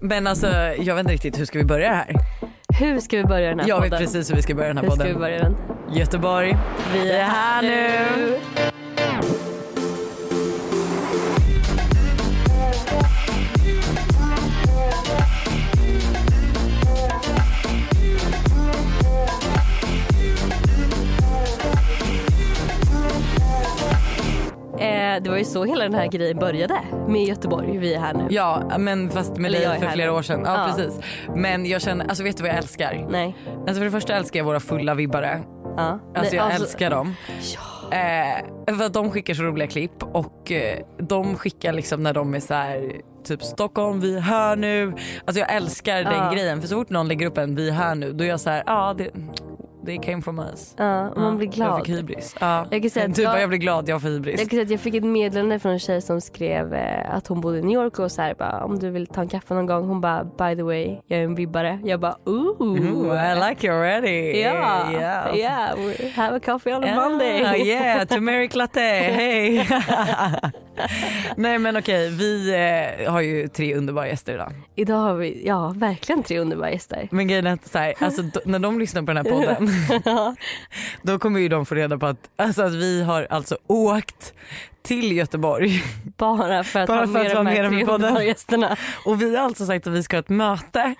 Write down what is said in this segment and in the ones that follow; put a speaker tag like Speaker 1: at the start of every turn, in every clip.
Speaker 1: Men alltså jag vet inte riktigt hur ska vi börja här?
Speaker 2: Hur ska vi börja den här
Speaker 1: Jag
Speaker 2: podden?
Speaker 1: vet precis hur vi ska börja den här
Speaker 2: Hur ska vi
Speaker 1: podden.
Speaker 2: börja den?
Speaker 1: Göteborg, vi är här nu.
Speaker 2: Eh, det var ju så hela den här grejen började. Med Göteborg, vi är här nu.
Speaker 1: Ja men fast med
Speaker 2: Eller jag
Speaker 1: dig
Speaker 2: är
Speaker 1: för
Speaker 2: här
Speaker 1: flera
Speaker 2: nu.
Speaker 1: år sedan. Ja,
Speaker 2: Ja.
Speaker 1: precis. Men jag känner, alltså vet du vad jag älskar?
Speaker 2: Nej.
Speaker 1: Alltså för det första älskar jag våra fulla vibbare.
Speaker 2: Ja.
Speaker 1: Alltså
Speaker 2: Nej,
Speaker 1: jag älskar dem.
Speaker 2: Ja.
Speaker 1: Eh, för att de skickar så roliga klipp och eh, de skickar liksom när de är så här typ Stockholm vi är här nu. Alltså jag älskar
Speaker 2: Ja.
Speaker 1: den grejen för så fort någon lägger upp en vi är här nu då är jag så här ja det, det came from us.
Speaker 2: Ja, och man blir
Speaker 1: Jag
Speaker 2: glad.
Speaker 1: fick hybris. Ja.
Speaker 2: Jag kan säga att
Speaker 1: typ
Speaker 2: jag-
Speaker 1: jag... jag blir glad jag får hybris.
Speaker 2: Jag kan säga att jag fick ett meddelande från en tjej som skrev eh, att hon bodde i New York och så här bara om du vill ta en kaffe någon gång. Hon bara by the way jag är en vibbare. Jag bara ooh.
Speaker 1: Ooh, Mm, I like you already.
Speaker 2: Yeah,
Speaker 1: Yeah.
Speaker 2: yeah. we have a coffee on a Monday.
Speaker 1: Ah, yeah, turmeric latte, hej! Nej men okej, vi eh, har ju tre underbara gäster idag.
Speaker 2: Idag har vi, ja verkligen tre underbara gäster.
Speaker 1: Men grejen är att så här, alltså, d- när de lyssnar på den här podden då kommer ju de få reda på att, alltså, att vi har alltså åkt till Göteborg
Speaker 2: Bara för att
Speaker 1: Bara för
Speaker 2: ha
Speaker 1: att vara
Speaker 2: med de
Speaker 1: med
Speaker 2: här
Speaker 1: dem i
Speaker 2: tre
Speaker 1: podden.
Speaker 2: underbara gästerna.
Speaker 1: och vi har alltså sagt att vi ska ha ett möte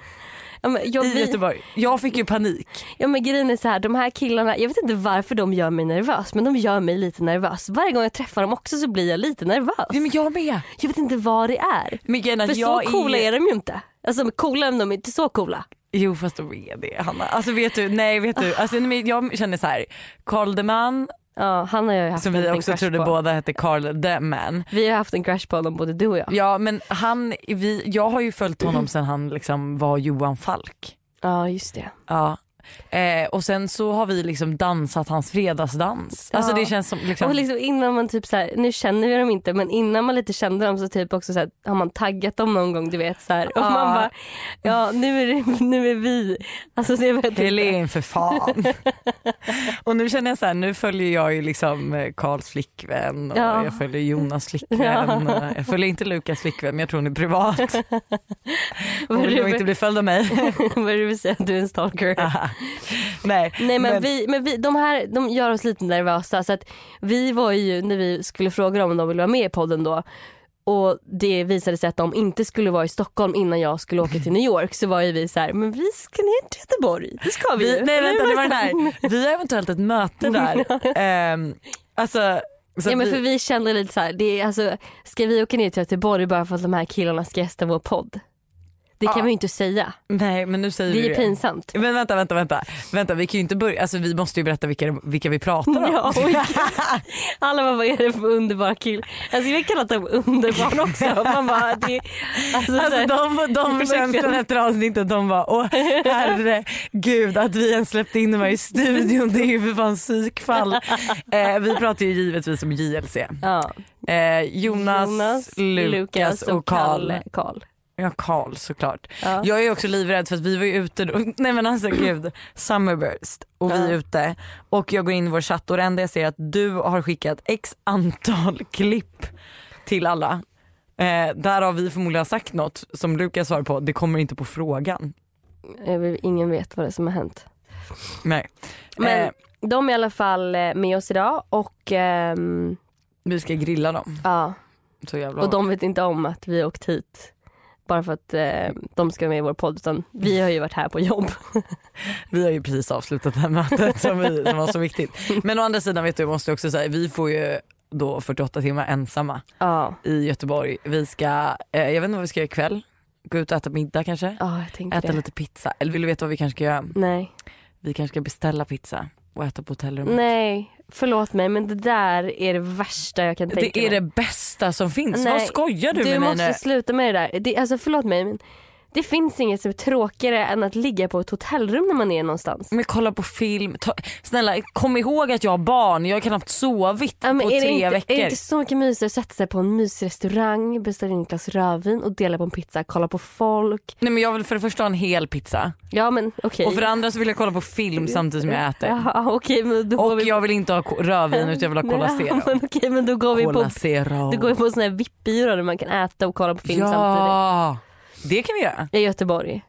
Speaker 2: Ja, men, jag,
Speaker 1: i
Speaker 2: vi,
Speaker 1: Göteborg. Jag fick ju panik.
Speaker 2: Ja men grejen är så här, de här killarna, jag vet inte varför de gör mig nervös men de gör mig lite nervös. Varje gång jag träffar dem också så blir jag lite
Speaker 1: Nej,
Speaker 2: nervös.
Speaker 1: men jag med!
Speaker 2: Jag vet inte vad det är.
Speaker 1: Men grejen är
Speaker 2: För
Speaker 1: att
Speaker 2: så
Speaker 1: jag
Speaker 2: coola är de ju inte. Alltså men coola är de inte så coola.
Speaker 1: Jo fast de är det Hanna. Alltså vet du, nej vet du. Alltså, nej, men jag känner så här, Carl the Man
Speaker 2: Ja han har jag ju haft
Speaker 1: som vi
Speaker 2: en liten
Speaker 1: också
Speaker 2: Alltså, crush
Speaker 1: trodde
Speaker 2: på.
Speaker 1: båda hette Carl the Man.
Speaker 2: Vi har haft en crush på honom både du och jag.
Speaker 1: Ja men han, vi, jag har ju följt honom sen han liksom var Johan Falk.
Speaker 2: Ja just det.
Speaker 1: Ja. Eh, och sen så har vi liksom dansat hans fredagsdans. Alltså
Speaker 2: Ja.
Speaker 1: det känns som liksom,
Speaker 2: Och liksom innan man typ så här, nu känner vi dem inte men innan man lite kände dem så typ också så här, har man taggat dem någon gång du vet så här. Och
Speaker 1: Ja.
Speaker 2: man bara ja nu är, det, nu är vi. Alltså det vet inte.
Speaker 1: Helen för fan. och nu känner jag så här, nu följer jag ju liksom eh, Karls flickvän och
Speaker 2: Ja.
Speaker 1: jag följer Jonas flickvän. och Jag följer inte Lukas flickvän men jag tror hon är privat. Hon
Speaker 2: Vad
Speaker 1: vill
Speaker 2: du-
Speaker 1: nog inte bli följd av mig.
Speaker 2: Vad du vill säga att du är en stalker.
Speaker 1: Nej,
Speaker 2: Nej men, vi, men vi, de här de gör oss lite nervösa så att vi var ju när vi skulle fråga dem om de ville vara med i podden då och det visade sig att de inte skulle vara i Stockholm innan jag skulle åka till New York så var ju vi så här, men vi ska ner till Göteborg, det ska vi,
Speaker 1: vi,
Speaker 2: ju.
Speaker 1: nej
Speaker 2: Eller
Speaker 1: vänta
Speaker 2: hur?
Speaker 1: det var den här. Vi har eventuellt ett möte där. Ehm, alltså, så
Speaker 2: Ja
Speaker 1: att
Speaker 2: men
Speaker 1: vi-
Speaker 2: för vi kände lite så här, det är, alltså, ska vi åka ner till Göteborg bara för att de här killarna ska gästa vår podd? Det kan
Speaker 1: Ja.
Speaker 2: vi ju inte säga,
Speaker 1: nej men nu säger
Speaker 2: det
Speaker 1: du
Speaker 2: är ju pinsamt.
Speaker 1: Men vänta, vänta, vänta. vänta vi kan ju inte börja. Alltså, vi måste ju berätta vilka, vilka vi pratar om.
Speaker 2: Ja, oj. Alla bara, vad är det för underbar kill? Alltså vi har kallat dem underbarn också. Man bara, det, alltså, så
Speaker 1: Alltså
Speaker 2: här,
Speaker 1: de, de känslan efter avsnittet, de bara åh herregud att vi ens släppte in dem här i studion det är ju för fan psykfall. Eh, vi pratar ju givetvis om JLC.
Speaker 2: ja.
Speaker 1: Eh, Jonas, Lukas och Karl.
Speaker 2: Karl.
Speaker 1: Ja Karl såklart.
Speaker 2: Ja.
Speaker 1: Jag är också livrädd för att vi var ju ute då. Nej men alltså gud. Summerburst och vi är
Speaker 2: Ja.
Speaker 1: ute och jag går in i vår chatt och det enda jag ser är att du har skickat x antal klipp till alla. Eh, där har vi förmodligen sagt något som Lukas svarar på, det kommer inte på frågan.
Speaker 2: Jag vill- Eh, Ingen vet vad det är som har hänt.
Speaker 1: Nej.
Speaker 2: Men
Speaker 1: Eh,
Speaker 2: de är i alla fall eh, med oss idag och, ehm,
Speaker 1: vi ska grilla dem
Speaker 2: ja,
Speaker 1: så jävla
Speaker 2: och de vet inte om att vi har åkt hit. Bara för att eh, de ska vara med i vår podd utan vi har ju varit här på jobb.
Speaker 1: Vi har ju precis avslutat det här mötet som, vi, som var så viktigt. Men å andra sidan vet du, jag måste också säga, vi får ju då 48 timmar ensamma
Speaker 2: Ja,
Speaker 1: i Göteborg. Vi ska, eh, jag vet inte vad vi ska göra ikväll. Gå ut och äta middag kanske.
Speaker 2: ja jag tänker
Speaker 1: Äta
Speaker 2: det.
Speaker 1: lite pizza. Eller vill du veta vad vi kanske ska göra?
Speaker 2: Nej.
Speaker 1: Vi kanske ska beställa pizza och äta på hotellrummet.
Speaker 2: Nej, förlåt mig men det där är det värsta jag kan tänka
Speaker 1: Det är
Speaker 2: mig.
Speaker 1: det bästa som finns.
Speaker 2: Nej,
Speaker 1: vad skojar du, med mig
Speaker 2: måste
Speaker 1: nu?
Speaker 2: sluta med det där. Det, alltså förlåt mig men det finns inget som är tråkigare än att ligga på ett hotellrum när man är någonstans.
Speaker 1: Men kolla på film. Ta, snälla kom ihåg att jag har barn. Jag har knappt sovit
Speaker 2: Ja, men
Speaker 1: på
Speaker 2: är,
Speaker 1: tre
Speaker 2: det inte,
Speaker 1: veckor.
Speaker 2: är det inte så mycket mysigare att sätta sig på en mysrestaurang, beställa in ett glas rödvin och dela på en pizza, kolla på folk.
Speaker 1: Nej, men jag vill för det första ha en hel pizza.
Speaker 2: Ja men okej.
Speaker 1: Och för det andra så vill jag kolla på film samtidigt som jag äter.
Speaker 2: Ja, okej men då går
Speaker 1: Och
Speaker 2: vi
Speaker 1: jag vill inte ha ko- rödvin utan jag vill ha Cola
Speaker 2: Ja,
Speaker 1: Zero.
Speaker 2: men okej men då går vi
Speaker 1: Cola
Speaker 2: på
Speaker 1: Zero.
Speaker 2: då går vi på en sån här VIP-byrå där man kan äta och kolla på film samtidigt.
Speaker 1: ja. Det kan vi göra.
Speaker 2: I Göteborg.
Speaker 1: Nej.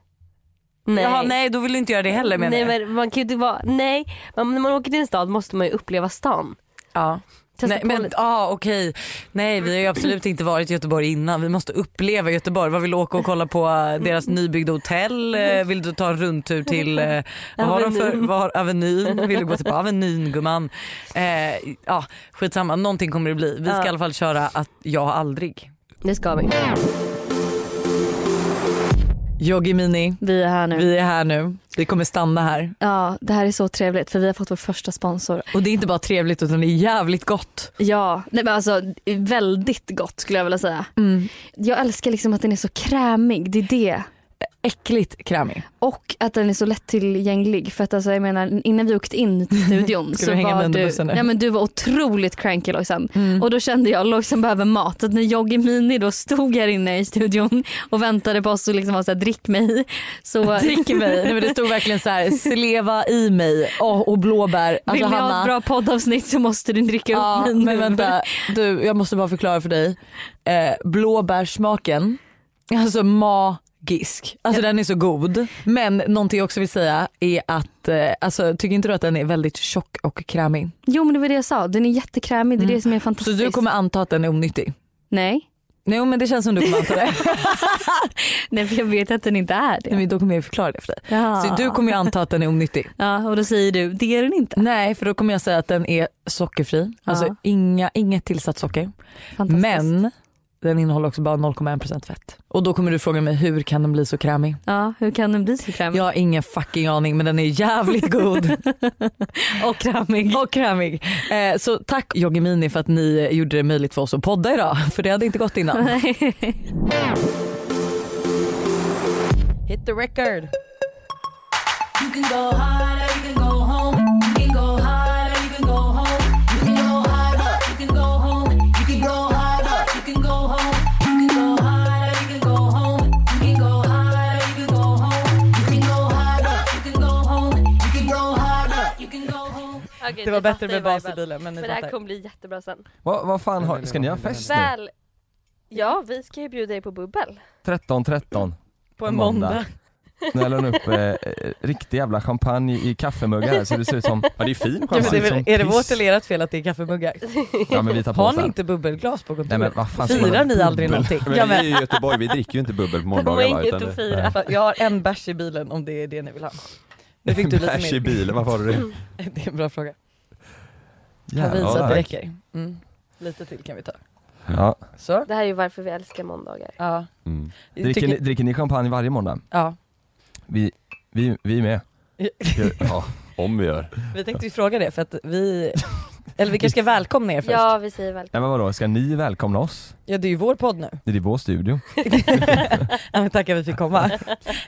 Speaker 2: Nej.
Speaker 1: Jaha, nej då vill du inte göra det heller menar
Speaker 2: nej,
Speaker 1: jag.
Speaker 2: men man kan ju inte vara, nej, man, när man åker till en stad måste man ju uppleva stan.
Speaker 1: Ja.
Speaker 2: Testa
Speaker 1: Nej,
Speaker 2: på
Speaker 1: men
Speaker 2: lite.
Speaker 1: ah, okej. Nej vi har ju absolut inte varit i Göteborg innan. Vi måste uppleva Göteborg. Vad vill du åka och kolla på eh, deras nybyggda hotell? Eh, Vill du ta en rundtur till eh, vad har de för,
Speaker 2: Avenyn.
Speaker 1: vad har, Avenyn? Vill du gå till på Avenyn gumman? Eh, ja, skitsamma, någonting kommer det bli. Vi ska
Speaker 2: Ja.
Speaker 1: i alla fall köra att jag har aldrig.
Speaker 2: Det ska vi.
Speaker 1: Yogi Mini,
Speaker 3: Vi är här nu.
Speaker 1: vi är här nu. Vi kommer stanna här.
Speaker 3: Ja, det här är så trevligt för vi har fått vår första sponsor.
Speaker 1: Och det är inte bara trevligt utan det är jävligt gott.
Speaker 3: Ja, nej men alltså väldigt gott skulle jag vilja säga.
Speaker 2: Mm.
Speaker 3: Jag älskar liksom att den är så krämig, det är det.
Speaker 1: Äckligt krämig.
Speaker 3: Och att den är så lättillgänglig för att alltså, jag menar innan vi åkte in till studion
Speaker 1: Ska
Speaker 3: så
Speaker 1: du hänga
Speaker 3: var
Speaker 1: mig under
Speaker 3: du,
Speaker 1: bussen nu?
Speaker 3: nej, men du var otroligt cranky Lojsan.
Speaker 1: Mm.
Speaker 3: Och då kände jag Lojsan behöver mat. Så att när jag och Mini då stod här inne i studion och väntade på oss och liksom var såhär drick mig. Så
Speaker 1: Drick mig. Nej, men det stod verkligen så här, sleva i mig Åh, och blåbär.
Speaker 3: vill
Speaker 1: Alltså,
Speaker 3: ni ha ett
Speaker 1: Hanna,
Speaker 3: bra poddavsnitt så måste du dricka upp
Speaker 1: ja,
Speaker 3: mig nu.
Speaker 1: men vänta. Du, jag måste bara förklara för dig. Eh, blåbärssmaken, alltså magisk. Alltså den är så god. Men någonting jag också vill säga är att, eh, alltså, tycker inte du att den är väldigt tjock och krämig?
Speaker 3: Jo men det var det jag sa, den är jättekrämig, det är
Speaker 1: Mm.
Speaker 3: det som är
Speaker 1: Så
Speaker 3: fantastiskt.
Speaker 1: du kommer anta att den är onyttig?
Speaker 3: Nej.
Speaker 1: Jo men det känns som du kommer anta det.
Speaker 3: Nej för jag vet att den inte är
Speaker 1: Nej,
Speaker 3: det.
Speaker 1: men då kommer jag förklara det för dig.
Speaker 3: Ja.
Speaker 1: Så du kommer ju anta att den är onyttig.
Speaker 3: ja och då säger du, det är den inte.
Speaker 1: Nej för då kommer jag säga att den är sockerfri. Alltså
Speaker 3: Ja.
Speaker 1: inga, inget tillsatt socker.
Speaker 3: Fantastiskt.
Speaker 1: Men den innehåller också bara 0,1% fett. Och då kommer du fråga mig hur kan den bli så krämig?
Speaker 3: Ja, hur kan den bli så krämig?
Speaker 1: Jag har ingen fucking aning men den är jävligt god
Speaker 3: Och krämig.
Speaker 1: och krämig. Eh, så tack Joggemini för att ni eh, gjorde det möjligt för oss att podda idag för det hade inte gått innan. Hit the record.
Speaker 4: You can go hard or you can go home. You can go hard or you can go home. You can go hard or you can go home. You can go hard or you can go home. You can go hard or you can go home. You can go hard or you can go home. You can go hard or you can go home. You can go hard or you can go home.
Speaker 1: Det var bättre med bas i bilen men ni
Speaker 2: Men det här
Speaker 1: fattar.
Speaker 2: kommer bli jättebra sen.
Speaker 5: Vad, vad fan har, ska ni ha fest nu?
Speaker 2: Väl, ja vi ska ju bjuda dig på bubbel.
Speaker 5: 13 13
Speaker 1: På en måndag.
Speaker 5: måndag. Nu häller hon upp eh, eh, riktig jävla champagne i kaffemuggar här så det ser ut som, ja det är fin
Speaker 1: Ja,
Speaker 5: champagne
Speaker 1: men det är,
Speaker 5: som
Speaker 1: väl, är det
Speaker 5: piss.
Speaker 1: vårt eller ert fel att det är kaffemuggar?
Speaker 5: Ja men vi tar på
Speaker 1: Har
Speaker 5: oss
Speaker 1: ni
Speaker 5: den.
Speaker 1: inte bubbelglas på kontoret?
Speaker 5: Nej men vad fan ska man
Speaker 1: Firar
Speaker 5: ha
Speaker 1: ni aldrig
Speaker 5: bubbel?
Speaker 1: någonting?
Speaker 6: Men
Speaker 1: Ja,
Speaker 6: vi är
Speaker 1: men,
Speaker 6: ju typ- i Göteborg, vi dricker ju inte bubbel på
Speaker 2: De har
Speaker 6: morgondagar va?
Speaker 2: inget
Speaker 6: Utan
Speaker 2: att
Speaker 6: det-
Speaker 2: fira.
Speaker 1: Alltså, jag har en bärs i bilen om det är det ni vill ha. Nu fick du lite
Speaker 6: Bärs i
Speaker 1: mer.
Speaker 6: bilen, varför har du det?
Speaker 1: Det är en bra fråga. Har
Speaker 5: Jävlar,
Speaker 1: visat att det
Speaker 5: tack.
Speaker 1: räcker. Mm. Lite till kan vi ta.
Speaker 5: Ja.
Speaker 1: Så.
Speaker 2: Det här är ju varför vi älskar måndagar.
Speaker 1: Ja.
Speaker 6: Mm.
Speaker 1: Vi
Speaker 5: Dricker,
Speaker 1: tycker-
Speaker 5: ni, dricker ni champagne varje måndag?
Speaker 1: ja.
Speaker 5: Vi, vi, vi med.
Speaker 6: Ja, om vi gör.
Speaker 1: Vi tänkte ju fråga det för att vi, eller vi kanske ska välkomna er först. Ja.
Speaker 2: Ja vi säger väl.
Speaker 5: Nej men vadå, ska ni välkomna oss?
Speaker 1: det är ju vår podd nu.
Speaker 5: Det är vår studio.
Speaker 1: ja, men tackar vi fick komma.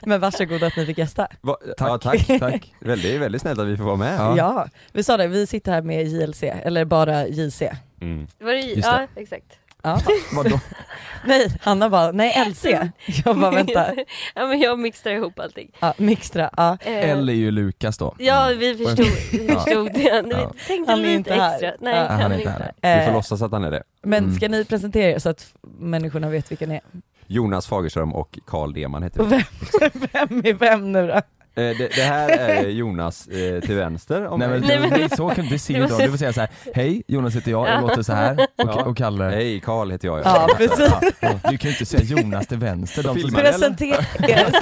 Speaker 1: Men varsågoda att ni fick gästa.
Speaker 6: Va,
Speaker 5: Tack.
Speaker 6: Ja, tack.
Speaker 5: tack.
Speaker 6: Väldigt, det är väldigt snällt att vi får vara med.
Speaker 1: Ja.
Speaker 5: Ja.
Speaker 1: Vi sa det, vi sitter här med JLC, eller bara JC.
Speaker 6: Mm.
Speaker 2: Var det,
Speaker 5: Just
Speaker 2: ja exakt.
Speaker 1: Ja.
Speaker 5: Vadå?
Speaker 1: Nej, Hanna bara, nej LC. Jag bara vänta,
Speaker 2: ja men jag mixtrar ihop allting.
Speaker 1: ja, mixtra. Ja.
Speaker 2: Eh,
Speaker 5: L är ju Lukas då.
Speaker 2: Ja vi förstod, vi
Speaker 5: Ja.
Speaker 2: förstod det. Vi
Speaker 5: Ja.
Speaker 2: tänkte
Speaker 1: Han är
Speaker 2: lite
Speaker 1: inte här.
Speaker 2: extra. Nej
Speaker 1: Ja,
Speaker 5: han är inte här.
Speaker 6: Vi får
Speaker 1: Eh,
Speaker 6: låtsas att han är det. Mm.
Speaker 1: men ska ni presentera er så att f- människorna vet vilka ni är?
Speaker 6: Jonas Fagerström och Carl Deman heter vi.
Speaker 1: Och vem, vem är vem nu då?
Speaker 6: Eh, det, det här är Jonas eh, till vänster om
Speaker 5: Nej men,
Speaker 6: mig.
Speaker 2: Nej, men-
Speaker 5: det är så kan du se
Speaker 2: Det var
Speaker 5: dem.
Speaker 2: så-
Speaker 5: Du får säga så här. hej Jonas heter jag, jag låter så här
Speaker 6: Ja.
Speaker 5: och, och Kalle.
Speaker 6: Hej, Carl heter jag.
Speaker 1: Ja, precis.
Speaker 5: Ja, Du kan ju inte säga Jonas till vänster. De som
Speaker 6: Filmar.
Speaker 1: Presentera er.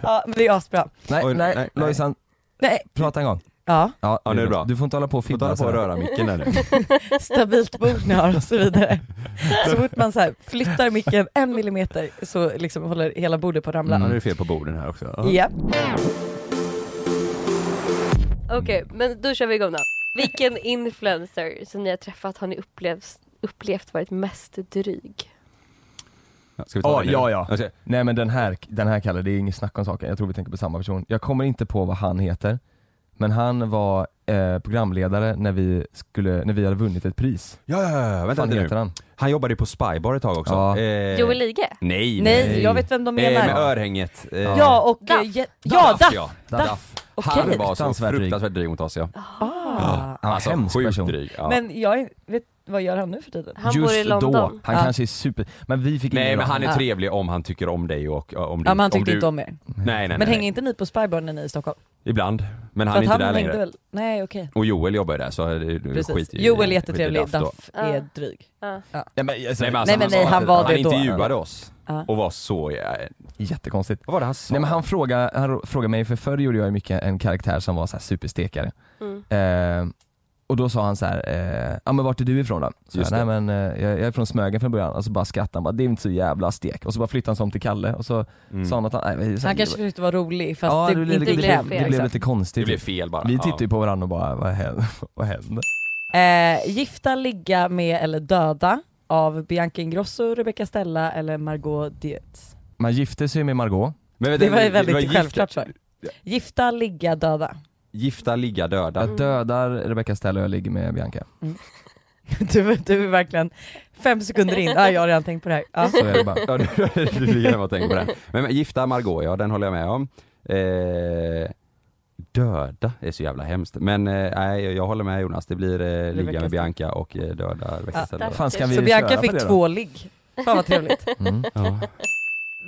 Speaker 1: Ja, men det är asbra.
Speaker 5: Nej,
Speaker 6: Oj,
Speaker 5: nej,
Speaker 6: nej, nej.
Speaker 5: Lojsan,
Speaker 1: Nej,
Speaker 5: prata en gång.
Speaker 1: ja,
Speaker 5: Ja,
Speaker 6: Ja, nu är det bra.
Speaker 5: Du får inte hålla på och
Speaker 6: Får
Speaker 5: fibbla
Speaker 6: ta på och
Speaker 5: sådär.
Speaker 6: röra micken där nu.
Speaker 1: stabilt bord ni har och så vidare. Så fort man så här flyttar micken en millimeter så liksom håller hela bordet på att ramla.
Speaker 6: Ja, nu är det fel på borden här också. Mm. Ja.
Speaker 1: Ja.
Speaker 2: Okej men då kör vi igång då. Vilken influencer som ni har träffat har ni upplevt, upplevt varit mest dryg?
Speaker 6: Ska vi ta
Speaker 5: Ja,
Speaker 6: det nu?
Speaker 5: ja, ja.
Speaker 6: Okej.
Speaker 5: Nej men den här, den här Kalle, det är inget snack om saken. Jag tror vi tänker på samma person. Jag kommer inte på vad han heter. Men han var eh, programledare när vi, skulle, när vi hade vunnit ett pris.
Speaker 6: Ja, ja, ja, vänta
Speaker 5: Vad fan
Speaker 6: lite nu.
Speaker 5: heter han?
Speaker 6: Han jobbade ju på Spybar ett tag också.
Speaker 5: Ja.
Speaker 6: Eh,
Speaker 2: Joel Ige?
Speaker 6: Nej,
Speaker 1: Nej, jag vet vem de
Speaker 6: Eh,
Speaker 1: menar.
Speaker 6: med örhänget. Eh,
Speaker 1: Ja och... eh,
Speaker 2: Daff.
Speaker 1: je- Ja,
Speaker 6: Daff,
Speaker 1: Daff!
Speaker 6: ja.
Speaker 5: Daff.
Speaker 6: Daff. Han
Speaker 1: Okej.
Speaker 6: var så
Speaker 5: Fruktansvärt dryg.
Speaker 6: fruktansvärt dryg mot oss ja.
Speaker 1: Ah.
Speaker 5: Han var
Speaker 6: Alltså
Speaker 5: en hemsk
Speaker 6: sjukt
Speaker 5: person.
Speaker 6: dryg. Ja.
Speaker 1: Men jag är- vet, vad gör han nu för tiden?
Speaker 2: Han
Speaker 5: Just
Speaker 2: bor i London.
Speaker 5: då, han
Speaker 1: Ja.
Speaker 5: kanske är super, men vi fick
Speaker 6: Nej
Speaker 5: ingen
Speaker 6: men han
Speaker 1: Ja.
Speaker 6: är trevlig om han tycker om dig och och om du...
Speaker 1: Ja, men han
Speaker 6: om
Speaker 1: tyckte
Speaker 6: du...
Speaker 1: inte om er.
Speaker 6: Nej nej nej.
Speaker 1: Men hänger
Speaker 6: nej.
Speaker 1: inte ni på Spybar när ni är i Stockholm?
Speaker 6: Ibland. Men
Speaker 1: För
Speaker 6: han är
Speaker 1: att
Speaker 6: inte där
Speaker 1: hängde
Speaker 6: längre.
Speaker 1: Väl... Nej okej.
Speaker 6: Och Joel jobbar ju där så eh, det är- det är
Speaker 1: Precis.
Speaker 6: skit i-
Speaker 1: Joel är
Speaker 6: skit
Speaker 1: jättetrevlig,
Speaker 6: i då.
Speaker 1: Duff är
Speaker 2: Ja.
Speaker 1: dryg.
Speaker 2: Ja.
Speaker 5: Nej men, alltså,
Speaker 6: Nej men,
Speaker 1: Nej,
Speaker 6: alltså,
Speaker 1: men
Speaker 6: han,
Speaker 1: nej,
Speaker 6: sa
Speaker 1: han
Speaker 6: att
Speaker 1: var
Speaker 6: han
Speaker 1: det då.
Speaker 6: intervjuade oss
Speaker 1: Ja.
Speaker 6: och var så... Ja,
Speaker 5: jättekonstigt.
Speaker 6: vad var det han sa?
Speaker 5: Nej men han frågade, han frågade mig, för förr gjorde jag ju mycket en karaktär som var så här superstekare.
Speaker 2: Mm.
Speaker 5: Eh, och då sa han så här, eh, ja men vart är du ifrån då? Så jag,
Speaker 6: Just
Speaker 5: Nej men eh, jag jag är från Smögen från början, och så bara skrattade han bara, det är inte så jävla stek. Och så bara flyttade han sig om till Kalle och så
Speaker 6: Mm.
Speaker 5: sa han att han, nej, men-
Speaker 1: Han kanske försökte vara rolig fast
Speaker 5: ja,
Speaker 1: det,
Speaker 5: det, blev-
Speaker 1: inte blev.
Speaker 5: det, blev, det blev
Speaker 1: Exakt.
Speaker 5: lite
Speaker 6: Det
Speaker 5: konstigt.
Speaker 6: blev fel bara.
Speaker 5: vi
Speaker 6: Ja.
Speaker 5: tittade ju på varandra och bara, vad händer? vad händer?
Speaker 1: Eh, gifta, ligga med eller döda av Bianca Ingrosso, Rebecca Stella eller Margot Dietz.
Speaker 5: Man gifte sig med Margot
Speaker 6: Men vänta,
Speaker 1: Det var ju väldigt
Speaker 6: gift-
Speaker 1: självklart svar. Gifta, ligga, döda.
Speaker 6: Gifta, ligga, döda.
Speaker 1: Mm.
Speaker 5: Jag dödar Rebecca Stella och jag ligger med Bianca.
Speaker 1: Du, du är verkligen fem sekunder in. Ah, jag har redan tänkt på det här. Ja.
Speaker 5: Så är det bara.
Speaker 6: Ja, du du ligger hemma och tänker på det. Men, men gifta Margot, ja den håller jag med om. Eh, döda är så jävla hemskt. Men eh, nej, jag håller med Jonas. Det blir eh, ligga
Speaker 1: Stella.
Speaker 6: med Bianca och eh, döda Rebecca
Speaker 1: Ja.
Speaker 6: Stella.
Speaker 5: Fan ska vi
Speaker 1: Så
Speaker 5: köra
Speaker 1: Bianca
Speaker 5: på
Speaker 1: fick
Speaker 5: det då?
Speaker 1: två ligg. Fan vad trevligt.
Speaker 5: Mm.
Speaker 6: Ja.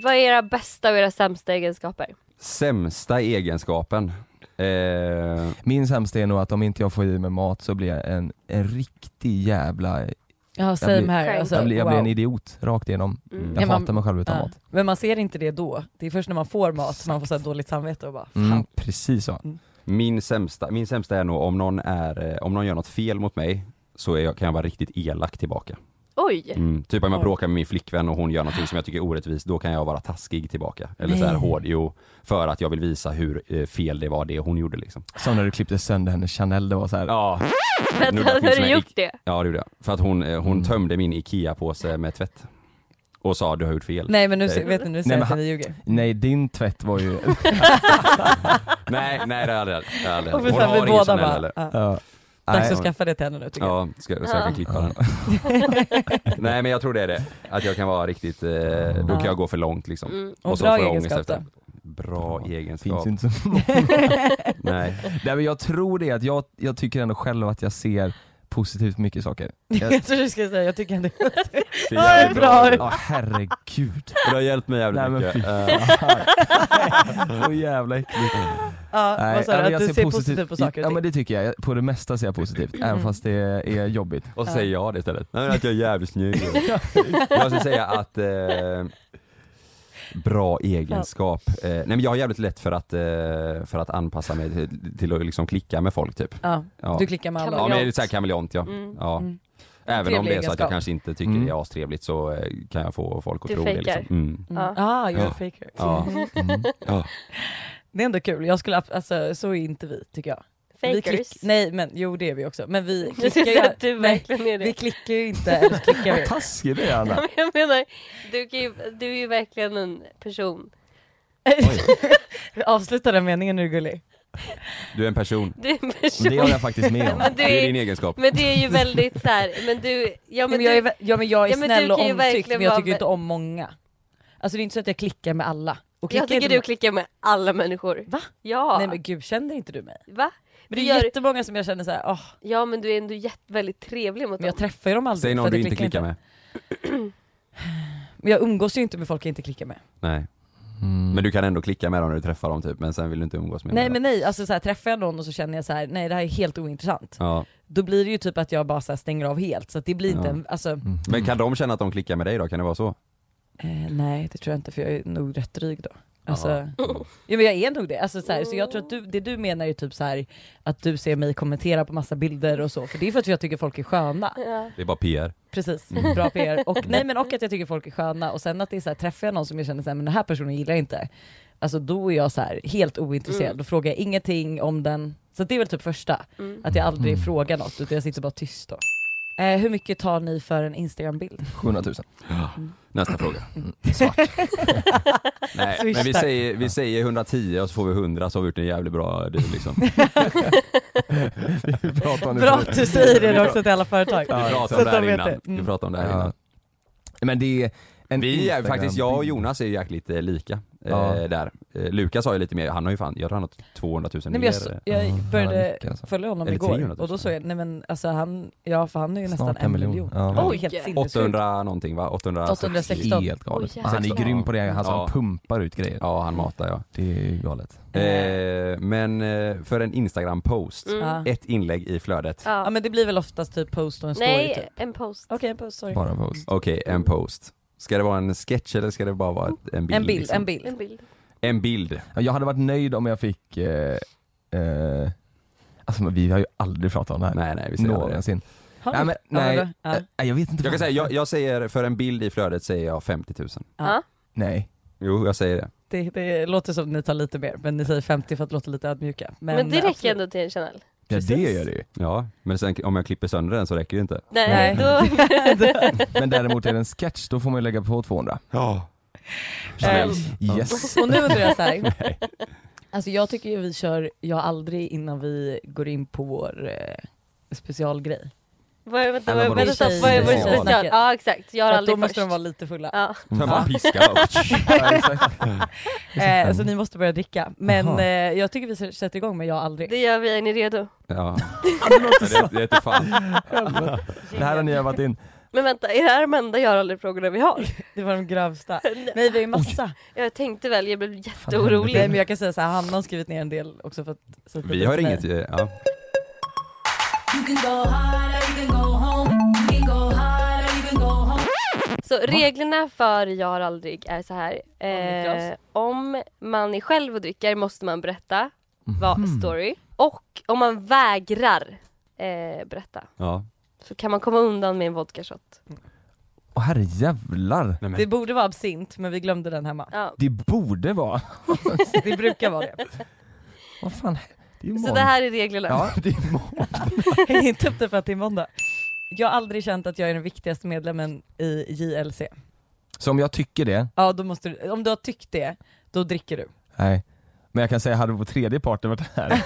Speaker 2: Vad är era bästa och era sämsta egenskaper?
Speaker 6: Sämsta egenskapen. Eh,
Speaker 5: Min sämsta är nog att om inte jag får i mig mat så blir jag en, en riktig jävla,
Speaker 1: Ja,
Speaker 5: Jag
Speaker 1: same
Speaker 5: blir-
Speaker 1: här.
Speaker 2: Jag
Speaker 1: Alltså,
Speaker 5: jag blir, jag blir en
Speaker 1: wow.
Speaker 5: idiot rakt igenom.
Speaker 6: Mm.
Speaker 5: Jag
Speaker 1: Ja, man-
Speaker 5: hatar mig själv utan
Speaker 1: Ja.
Speaker 5: mat.
Speaker 1: Men man ser inte det då. Det är först när man får mat man får så här dåligt samvete och bara fan.
Speaker 5: Mm, precis så.
Speaker 6: min, sämsta, min sämsta är nog om någon, är, eh, om någon gör något fel mot mig så är jag, kan jag vara riktigt elak tillbaka.
Speaker 2: Oj!
Speaker 6: Mm. Typ om jag
Speaker 1: Oj.
Speaker 6: bråkar med min flickvän och hon gör någonting som jag tycker är orättvist, då kan jag vara taskig tillbaka. Eller så här
Speaker 1: Nej.
Speaker 6: hård. Jo, för att jag vill visa hur eh, fel det var det hon gjorde liksom.
Speaker 5: Som när du klippte sönder hennes Chanel, det var så här.
Speaker 6: Ja, Nu
Speaker 2: Vänta,
Speaker 6: där
Speaker 2: har
Speaker 6: finns
Speaker 2: du
Speaker 6: en
Speaker 2: gjort det?
Speaker 6: ja det gjorde jag. För att hon, eh, hon
Speaker 5: Mm.
Speaker 6: tömde min IKEA-påse med tvätt. Och sa du har gjort fel.
Speaker 1: Nej men nu
Speaker 6: Nej.
Speaker 1: ser- vet ni, nu säger
Speaker 5: men
Speaker 1: jag att
Speaker 5: han-
Speaker 1: vi ljuger.
Speaker 5: Nej din tvätt var ju...
Speaker 6: nej, nej det har jag aldrig hänt. Det har aldrig
Speaker 1: Och för
Speaker 6: hänt. Hon
Speaker 1: fan
Speaker 6: har
Speaker 1: vi
Speaker 6: ingen
Speaker 1: båda
Speaker 6: Chanel
Speaker 1: bara,
Speaker 6: heller.
Speaker 1: ja.
Speaker 5: ja.
Speaker 1: dags
Speaker 5: Nej.
Speaker 1: att skaffa det till henne nu tycker jag.
Speaker 6: Ja, ska, så jag kan klippa den. Nej men jag tror det är det. Att jag kan vara riktigt, eh, då kan jag gå för långt liksom.
Speaker 2: Mm.
Speaker 1: Och
Speaker 6: så
Speaker 1: bra
Speaker 6: får jag ångest
Speaker 1: egenskap då?
Speaker 6: efter. Bra egenskap.
Speaker 5: Finns inte så
Speaker 6: Nej.
Speaker 5: Nej men jag tror det, att jag, jag tycker ändå själv att jag ser positivt på mycket saker.
Speaker 1: Jag tror du skulle säga, jag tycker ändå
Speaker 6: Det
Speaker 1: är bra.
Speaker 5: Ja herregud.
Speaker 6: Du har hjälpt mig jävligt
Speaker 5: Nej men
Speaker 6: mycket.
Speaker 5: fy
Speaker 6: Eh,
Speaker 5: fan. Så jävla äckligt.
Speaker 1: Ja,
Speaker 5: Nej,
Speaker 1: Ah, vad sa
Speaker 5: men
Speaker 1: du? Att du ser positivt på saker
Speaker 5: Ja
Speaker 1: och
Speaker 5: men
Speaker 1: ting. Mm.
Speaker 5: det tycker jag, Jag- på det mesta ser jag positivt, även fast det är jobbigt.
Speaker 6: Och så
Speaker 1: Ja.
Speaker 6: säger jag det istället. Nej men att jag är jävligt snygg. jag ska säga att eh, Bra egenskap. Eh, nej men jag har jävligt lätt för att, eh, för att anpassa mig till, till att liksom klicka med folk typ.
Speaker 1: Ja,
Speaker 6: Ja,
Speaker 1: du klickar med alla.
Speaker 6: ja men det är såhär kameleont ja.
Speaker 2: Mm.
Speaker 6: ja.
Speaker 1: Mm.
Speaker 6: Även om
Speaker 1: Trevlig
Speaker 6: det är så att
Speaker 1: egenskap.
Speaker 6: jag kanske inte tycker
Speaker 5: Mm.
Speaker 6: det är astrevligt så eh, kan jag få folk att
Speaker 2: Du
Speaker 6: tro det
Speaker 2: fejkar.
Speaker 6: liksom. Mm.
Speaker 1: Mm.
Speaker 2: Ja.
Speaker 1: Ah, you're a
Speaker 6: Ja.
Speaker 1: faker.
Speaker 6: Ja.
Speaker 5: Mm.
Speaker 6: Ja.
Speaker 1: Det är ändå kul, jag skulle, ab- alltså, så är inte vi tycker jag. Vi klick,
Speaker 2: Fakers.
Speaker 1: nej men jo det är vi också, men vi klickar
Speaker 2: Du tycker
Speaker 1: ju,
Speaker 2: att du
Speaker 1: nej,
Speaker 2: verkligen är
Speaker 1: vi
Speaker 2: det.
Speaker 1: klickar ju inte, eller så klickar vi.
Speaker 5: Taskig du är Anna.
Speaker 2: Men Jag menar, du, kan ju, du är ju verkligen en person.
Speaker 1: Avsluta den meningen nu gullig.
Speaker 6: Du är en person.
Speaker 2: Du är en
Speaker 5: Det har
Speaker 2: person.
Speaker 5: jag faktiskt med om.
Speaker 2: Men
Speaker 6: Det
Speaker 2: du
Speaker 6: är
Speaker 2: är,
Speaker 6: din egenskap.
Speaker 2: men det är ju väldigt såhär, men du, ja
Speaker 1: Men
Speaker 2: men
Speaker 1: jag är,
Speaker 2: du,
Speaker 1: vä- ja men jag är
Speaker 2: Ja, men du
Speaker 1: snäll och
Speaker 2: kan ju
Speaker 1: omtyckt
Speaker 2: verkligen
Speaker 1: men jag
Speaker 2: vara
Speaker 1: tycker
Speaker 2: vä-
Speaker 1: inte om många. Alltså det är inte så att jag klickar med alla. Och klickar
Speaker 2: jag tycker
Speaker 1: inte
Speaker 2: du
Speaker 1: med-
Speaker 2: klickar med alla människor.
Speaker 1: Va?
Speaker 2: Ja.
Speaker 1: Nej men gud känner inte du mig?
Speaker 2: Va?
Speaker 1: Men det är
Speaker 2: Du gör-
Speaker 1: jättemånga som jag känner såhär, åh,
Speaker 2: Ja men du är ändå jätte, väldigt trevlig mot
Speaker 1: men jag
Speaker 2: dem.
Speaker 1: träffar ju dem aldrig
Speaker 6: Säg
Speaker 1: för
Speaker 6: någon
Speaker 1: att
Speaker 6: du
Speaker 1: jag
Speaker 6: inte klickar med.
Speaker 1: Men jag umgås ju inte med folk jag inte klickar med.
Speaker 6: Nej.
Speaker 5: Mm.
Speaker 6: Men du kan ändå klicka med dem när du träffar dem typ men sen vill du inte umgås med
Speaker 1: Nej
Speaker 6: dem.
Speaker 1: men nej, alltså så här, träffar jag någon och så känner jag så här, nej det här är helt ointressant.
Speaker 6: Ja.
Speaker 1: Då blir det ju typ att jag bara så här, stänger av helt så att det blir inte
Speaker 6: Ja.
Speaker 1: en, alltså
Speaker 5: Mm.
Speaker 6: Men kan de känna att de klickar med dig då? Kan det vara så?
Speaker 1: eh, nej det tror jag inte för jag är nog rätt dryg då. Alltså,
Speaker 6: Jaha.
Speaker 1: ja, men jag är nog det. Alltså, så, här, så jag tror att du, det du menar är typ så här att du ser mig kommentera på massa bilder och så, för det är för att jag tycker folk är sköna.
Speaker 2: Ja. Mm.
Speaker 6: Det är bara PR.
Speaker 1: Precis, bra PR. Och, nej, men och att jag tycker folk är sköna och sen att det är så här, träffar jag någon som jag känner så här, men den här personen gillar jag inte. Alltså då är jag så här, helt ointresserad, då frågar jag ingenting om den. Så det är väl typ första,
Speaker 2: Mm.
Speaker 1: att jag aldrig frågar något utan jag sitter bara tyst då. Eh, hur mycket tar ni för en Instagram-bild?
Speaker 5: 700 000.
Speaker 6: Nästa fråga.
Speaker 1: Mm.
Speaker 5: Svart.
Speaker 6: Nej, men vi
Speaker 1: Swish-tack.
Speaker 6: säger, vi säger 110 och så får vi 100 så har vi gjort en jävligt bra deal liksom.
Speaker 5: Vi pratar om det
Speaker 1: Bra
Speaker 5: förut.
Speaker 1: att du säger det också till alla företag.
Speaker 5: Ja,
Speaker 6: Vi
Speaker 5: exakt.
Speaker 1: Så
Speaker 6: pratade om
Speaker 1: att
Speaker 6: det här
Speaker 1: de vet
Speaker 6: innan.
Speaker 1: det. Mm.
Speaker 6: Vi pratade om det här
Speaker 5: Ja.
Speaker 6: innan.
Speaker 5: Men det är en
Speaker 6: Vi är
Speaker 5: Instagram-
Speaker 6: faktiskt, jag och Jonas är ju jäkligt eh, lika. eh,
Speaker 5: Ja.
Speaker 6: där. Eh, Lukas har ju lite mer, han har ju fan, jag tror han har 200 000
Speaker 1: Nej, men
Speaker 6: mer.
Speaker 1: jag, s- jag
Speaker 5: Ja,
Speaker 1: började
Speaker 5: mycket, alltså.
Speaker 1: följa honom
Speaker 6: Eller
Speaker 1: igår
Speaker 6: 300 000.
Speaker 1: och då såg jag, nej men alltså han, ja för han är ju
Speaker 5: Snart
Speaker 1: nästan en miljon.
Speaker 5: Ja.
Speaker 1: Oj, helt sinnessjukt.
Speaker 6: 800 någonting va? 800
Speaker 1: 816.
Speaker 5: Helt galet.
Speaker 2: Oj,
Speaker 5: han är
Speaker 6: jävlar.
Speaker 5: grym på det, alltså, han
Speaker 6: Ja.
Speaker 5: pumpar ut grejer.
Speaker 6: Ja, han matar ja.
Speaker 5: Det är ju galet.
Speaker 1: Mm.
Speaker 6: Eh, men eh, för en Instagram-post,
Speaker 2: Mm.
Speaker 1: Ja.
Speaker 6: ett inlägg i flödet.
Speaker 2: Ja.
Speaker 1: ja men det blir väl oftast typ post och en story
Speaker 2: Nej,
Speaker 1: typ.
Speaker 2: en post.
Speaker 1: Okej en post, sorry.
Speaker 5: Bara en post.
Speaker 6: Okej, en post. Ska det vara en sketch eller ska det bara vara ett, en bild?
Speaker 1: En bild,
Speaker 6: liksom?
Speaker 1: en bild.
Speaker 2: En bild.
Speaker 6: En bild.
Speaker 5: Ja, Jag hade varit nöjd om jag fick eh, eh, Alltså men vi har ju aldrig pratat om det här.
Speaker 6: Nej, nej, vi säger aldrig det.
Speaker 5: Någonsin.
Speaker 1: Har
Speaker 5: Nej,
Speaker 1: vi?
Speaker 5: men,
Speaker 1: Ja,
Speaker 5: nej,
Speaker 1: vadå? Ja.
Speaker 5: eh, jag vet inte
Speaker 6: Jag kan
Speaker 5: vad-
Speaker 6: säga, jag, jag säger för en bild i flödet säger jag 50 000.
Speaker 1: Ja.
Speaker 5: Nej.
Speaker 6: Jo, jag säger det.
Speaker 1: Det, det låter som att ni tar lite mer, men ni säger 50 för att låta lite ödmjuka.
Speaker 2: Men,
Speaker 1: Men,
Speaker 2: det räcker
Speaker 1: absolut.
Speaker 2: ändå till en Chanel.
Speaker 5: Ja,
Speaker 1: Precis.
Speaker 5: det gör det ju.
Speaker 6: Ja, men sen om jag klipper sönder den så räcker det inte.
Speaker 2: Nej,
Speaker 5: Nej.
Speaker 2: då...
Speaker 5: Men däremot är det en sketch, då får man ju lägga på 200.
Speaker 6: Ja.
Speaker 5: Yes.
Speaker 1: Ehm, Och nu undrar jag så här. alltså jag tycker ju vi kör Jag aldrig innan vi går in på vår eh, specialgrej.
Speaker 2: Vad är- vänta,
Speaker 5: Nej, men
Speaker 2: vad-
Speaker 5: vadå,
Speaker 2: vänta, stopp,
Speaker 1: tjej-
Speaker 2: vad är vår
Speaker 5: tjejsnacket?
Speaker 2: special? Ja exakt, jag har
Speaker 1: För att då
Speaker 2: aldrig
Speaker 1: måste
Speaker 2: först.
Speaker 1: de vara lite fulla.
Speaker 2: Ja.
Speaker 6: Men
Speaker 1: Ja.
Speaker 6: man piskar då.
Speaker 5: Ja, exakt.
Speaker 1: Eh, så ni måste börja dricka. Men
Speaker 5: Jaha.
Speaker 1: eh, jag tycker vi s- sätter igång med Jag aldrig.
Speaker 2: Det gör vi, är ni redo?
Speaker 6: Ja. Det, det heter fan.
Speaker 5: Det här har ni övat in.
Speaker 2: Men vänta, är det här de enda jag har aldrig frågorna vi har?
Speaker 1: Det var de grövsta. Nej vi har ju massa.
Speaker 2: Jag tänkte väl, jag blev
Speaker 1: Nej,
Speaker 2: jätteorolig.
Speaker 1: men jag kan säga så här, Hanna har skrivit ner en del också för att sätta
Speaker 6: Vi
Speaker 1: dit
Speaker 6: har
Speaker 1: mig.
Speaker 6: inget, eh, ja.
Speaker 7: You can go hard or you can go home. You can go hard or you can go home.
Speaker 2: Så reglerna för jag har aldrig är så här. Eh,
Speaker 1: Niklas.
Speaker 2: om man är själv och dricker måste man berätta
Speaker 5: Hmm.
Speaker 2: vad
Speaker 5: Mhm.
Speaker 2: story. Och om man vägrar eh, berätta
Speaker 6: ja.
Speaker 2: så kan man komma undan med en vodkashot.
Speaker 5: Åh herrejävlar.
Speaker 6: Nej,
Speaker 1: Det
Speaker 6: men,
Speaker 1: borde vara absint men vi glömde den hemma.
Speaker 2: Ja.
Speaker 5: Det borde vara.
Speaker 1: Det brukar vara det.
Speaker 5: Vad fan. Det är
Speaker 2: Så
Speaker 5: ju imorgon.
Speaker 2: det här är reglerna.
Speaker 5: Ja, det är imorgon.
Speaker 1: Häng inte upp det för att det är måndag. Jag har aldrig känt att jag är den viktigaste medlemmen i JLC.
Speaker 5: Så om jag tycker det,
Speaker 1: Ja, då måste du, om du har tyckt det, då dricker du.
Speaker 5: nej. Men jag kan säga, hade vår tredje part varit här,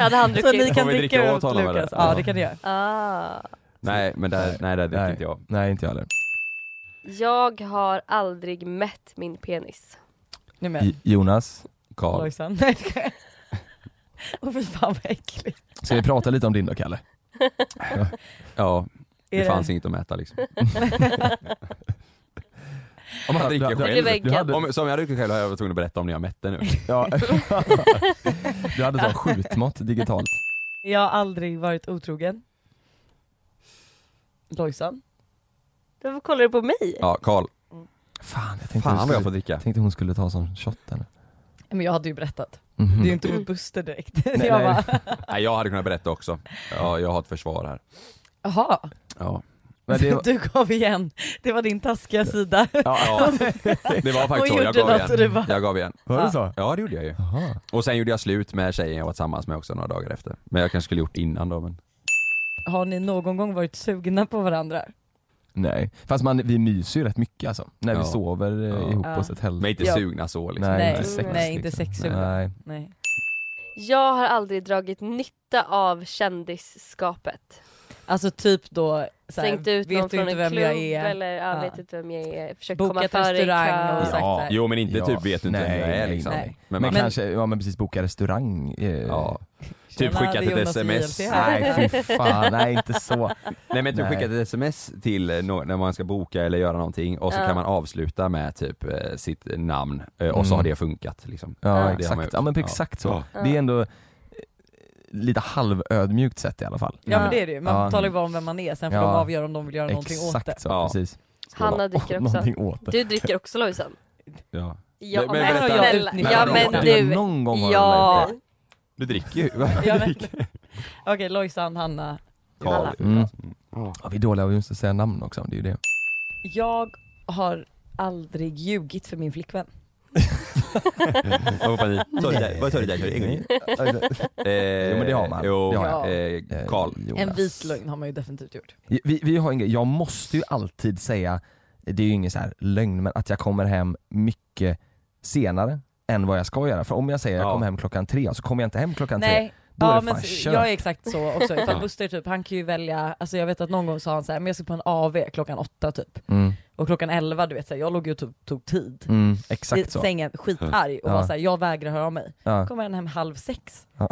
Speaker 2: Hade han
Speaker 1: Så ni
Speaker 2: druckit?
Speaker 1: kan
Speaker 6: vi dricka
Speaker 1: dricka
Speaker 6: åt
Speaker 1: åt
Speaker 6: honom,
Speaker 1: Lukas.
Speaker 6: eller?
Speaker 1: Ja det kan ni göra.
Speaker 2: Ah.
Speaker 6: nej, men där, nej, där dricker
Speaker 5: Nej.
Speaker 6: inte jag.
Speaker 5: nej inte jag heller.
Speaker 2: Jag har aldrig mätt min penis.
Speaker 1: Nu med
Speaker 5: J- Jonas,
Speaker 6: Karl.
Speaker 1: Lojsan. Nej, jag skojar. Åh fy fan vad äckligt.
Speaker 5: ska vi prata lite om din då Kalle?
Speaker 6: Ja,
Speaker 1: Är
Speaker 6: det fanns inget att mäta liksom. Om han dricker
Speaker 5: Du-
Speaker 2: Det blev
Speaker 6: själv.
Speaker 2: väggen.
Speaker 5: hade-
Speaker 6: Om, som jag druckit själv har jag varit tvungen att berätta om när jag mätte nu.
Speaker 5: Ja. Du hade sån skjutmått digitalt.
Speaker 1: Jag har aldrig varit otrogen. Lojsan.
Speaker 2: Varför kollar du på mig?
Speaker 6: Ja, Karl.
Speaker 5: Fan, jag tänkte,
Speaker 6: Fan vad
Speaker 5: hon,
Speaker 6: jag får
Speaker 5: skulle,
Speaker 6: dricka.
Speaker 5: tänkte hon skulle ta sån shot där nu.
Speaker 1: Men jag hade ju berättat.
Speaker 5: Mhm.
Speaker 1: Det är ju inte robuster direkt.
Speaker 5: Nej,
Speaker 1: jag
Speaker 5: nej.
Speaker 1: bara,
Speaker 6: Nej, jag hade kunnat berätta också. Ja, jag har ett försvar här.
Speaker 1: jaha.
Speaker 6: Ja.
Speaker 5: Men det,
Speaker 1: Du gav igen. Det var din taskiga sida.
Speaker 6: Ja, det var faktiskt
Speaker 1: Hon
Speaker 6: så. Jag
Speaker 1: gjorde
Speaker 6: gav
Speaker 1: något och du
Speaker 6: igen.
Speaker 1: bara-
Speaker 6: Jag gav igen.
Speaker 5: var det så?
Speaker 6: Ja, det gjorde jag ju.
Speaker 5: Jaha.
Speaker 6: Och sen gjorde jag slut med tjejen jag var tillsammans med också några dagar efter. Men jag kanske skulle gjort innan då men.
Speaker 1: Har ni någon gång varit sugna på varandra?
Speaker 5: Nej, fast man, vi myser ju rätt mycket alltså. När
Speaker 6: Ja.
Speaker 5: vi sover eh,
Speaker 6: Ja.
Speaker 5: ihop
Speaker 1: Ja.
Speaker 5: hos ett helvete.
Speaker 6: Men inte
Speaker 1: Ja.
Speaker 6: sugna så liksom.
Speaker 5: Nej,
Speaker 1: nej,
Speaker 5: inte sex,
Speaker 1: nej, inte
Speaker 6: liksom.
Speaker 1: sexsugna.
Speaker 5: Nej.
Speaker 1: Nej.
Speaker 2: Jag har aldrig dragit nytta av kändisskapet.
Speaker 1: Alltså typ då, så här,
Speaker 2: Slängt ut någon
Speaker 1: vet du
Speaker 2: från
Speaker 1: inte
Speaker 2: en
Speaker 1: vem
Speaker 2: klubb
Speaker 1: jag är?
Speaker 2: eller ja,
Speaker 1: Ja.
Speaker 2: vet inte vem jag är. Försökt komma
Speaker 1: Bokat
Speaker 2: före i
Speaker 1: restaurang och
Speaker 2: kö.
Speaker 1: sagt så
Speaker 5: Ja.
Speaker 1: här.
Speaker 6: Jo men inte
Speaker 5: Ja.
Speaker 6: typ vet du inte
Speaker 5: Nej,
Speaker 6: vem jag är
Speaker 5: nej,
Speaker 6: liksom.
Speaker 1: nej.
Speaker 6: Men,
Speaker 5: Men,
Speaker 6: man,
Speaker 5: kanske, ja men precis, boka restaurang. Eh,
Speaker 6: ja. Typ
Speaker 1: Tjena, det
Speaker 6: skickat
Speaker 1: är
Speaker 6: ett
Speaker 1: Jonas i
Speaker 6: sms.
Speaker 1: JLC här.
Speaker 5: Nej fy fan, nej inte så.
Speaker 6: Nej men typ
Speaker 5: Nej.
Speaker 6: skickat ett sms till eh, nå- när man ska boka eller göra någonting och så
Speaker 2: Ja.
Speaker 6: kan man avsluta med typ eh, sitt namn eh, och så
Speaker 5: Mm.
Speaker 6: har det funkat liksom.
Speaker 5: Ja,
Speaker 2: Ja.
Speaker 6: Det har man
Speaker 5: exakt,
Speaker 6: gjort.
Speaker 5: ja, men på
Speaker 6: Ja.
Speaker 5: exakt så.
Speaker 6: Ja.
Speaker 5: Det är ändå eh, lite halvödmjukt sätt i alla fall.
Speaker 1: Ja men det är det ju, man
Speaker 5: Ja.
Speaker 1: talar ju bara om vem man är sen får
Speaker 5: Ja.
Speaker 1: de avgöra om de vill göra någonting åt det.
Speaker 5: Exakt så,
Speaker 6: Ja.
Speaker 5: precis.
Speaker 2: Hanna dricker också.
Speaker 5: Någonting åt det.
Speaker 2: Du dricker också Lojsan.
Speaker 6: Ja.
Speaker 2: Ja
Speaker 6: Nej,
Speaker 2: men,
Speaker 6: men berätta.
Speaker 2: snälla.
Speaker 1: Men
Speaker 2: Ja
Speaker 1: vadå?
Speaker 2: men
Speaker 1: Det
Speaker 5: du,
Speaker 2: du.
Speaker 5: någon gång har
Speaker 2: Ja.
Speaker 5: du
Speaker 6: Du dricker ju.
Speaker 1: Jag vet inte. Okej Lojsan, Hanna.
Speaker 6: Karl.
Speaker 5: Mm. ja, vi är dåliga, vi måste säga namn också, det är ju det.
Speaker 1: Jag har aldrig ljugit för min flickvän.
Speaker 6: Vad sa du där? Vad sa du där? Sa du en gång? Eh,
Speaker 5: Jo, men det har man.
Speaker 6: Jo,
Speaker 5: Det
Speaker 1: har man.
Speaker 6: eh,
Speaker 5: Eh,
Speaker 6: Karl.
Speaker 5: Jonas.
Speaker 1: En vit lögn har man ju definitivt gjort.
Speaker 5: Vi, vi har inget, jag måste ju alltid säga, det är ju ingen så här lögn, men att jag kommer hem mycket senare än vad jag ska göra. För om jag säger att jag
Speaker 6: Ja.
Speaker 5: kommer hem klockan tre, så kommer jag inte hem klockan tre.
Speaker 1: Nej,
Speaker 5: Då är
Speaker 1: ja,
Speaker 5: det
Speaker 1: men
Speaker 5: fan
Speaker 1: så-
Speaker 5: kört.
Speaker 1: jag är exakt så också.
Speaker 6: Ja.
Speaker 1: Ifall Buster typ, han kan ju välja, alltså jag vet att någon gång sa han så här, men jag ska på en AV klockan åtta typ.
Speaker 5: Mm,
Speaker 1: Och klockan elva, du vet, så här, jag låg ju och tog, tog tid
Speaker 5: mm,
Speaker 1: i
Speaker 5: exakt så.
Speaker 1: sängen, skitarg och
Speaker 5: Ja.
Speaker 1: var så här, jag vägrar höra av mig.
Speaker 5: Ja.
Speaker 1: Kommer han hem halv sex.
Speaker 5: Ja.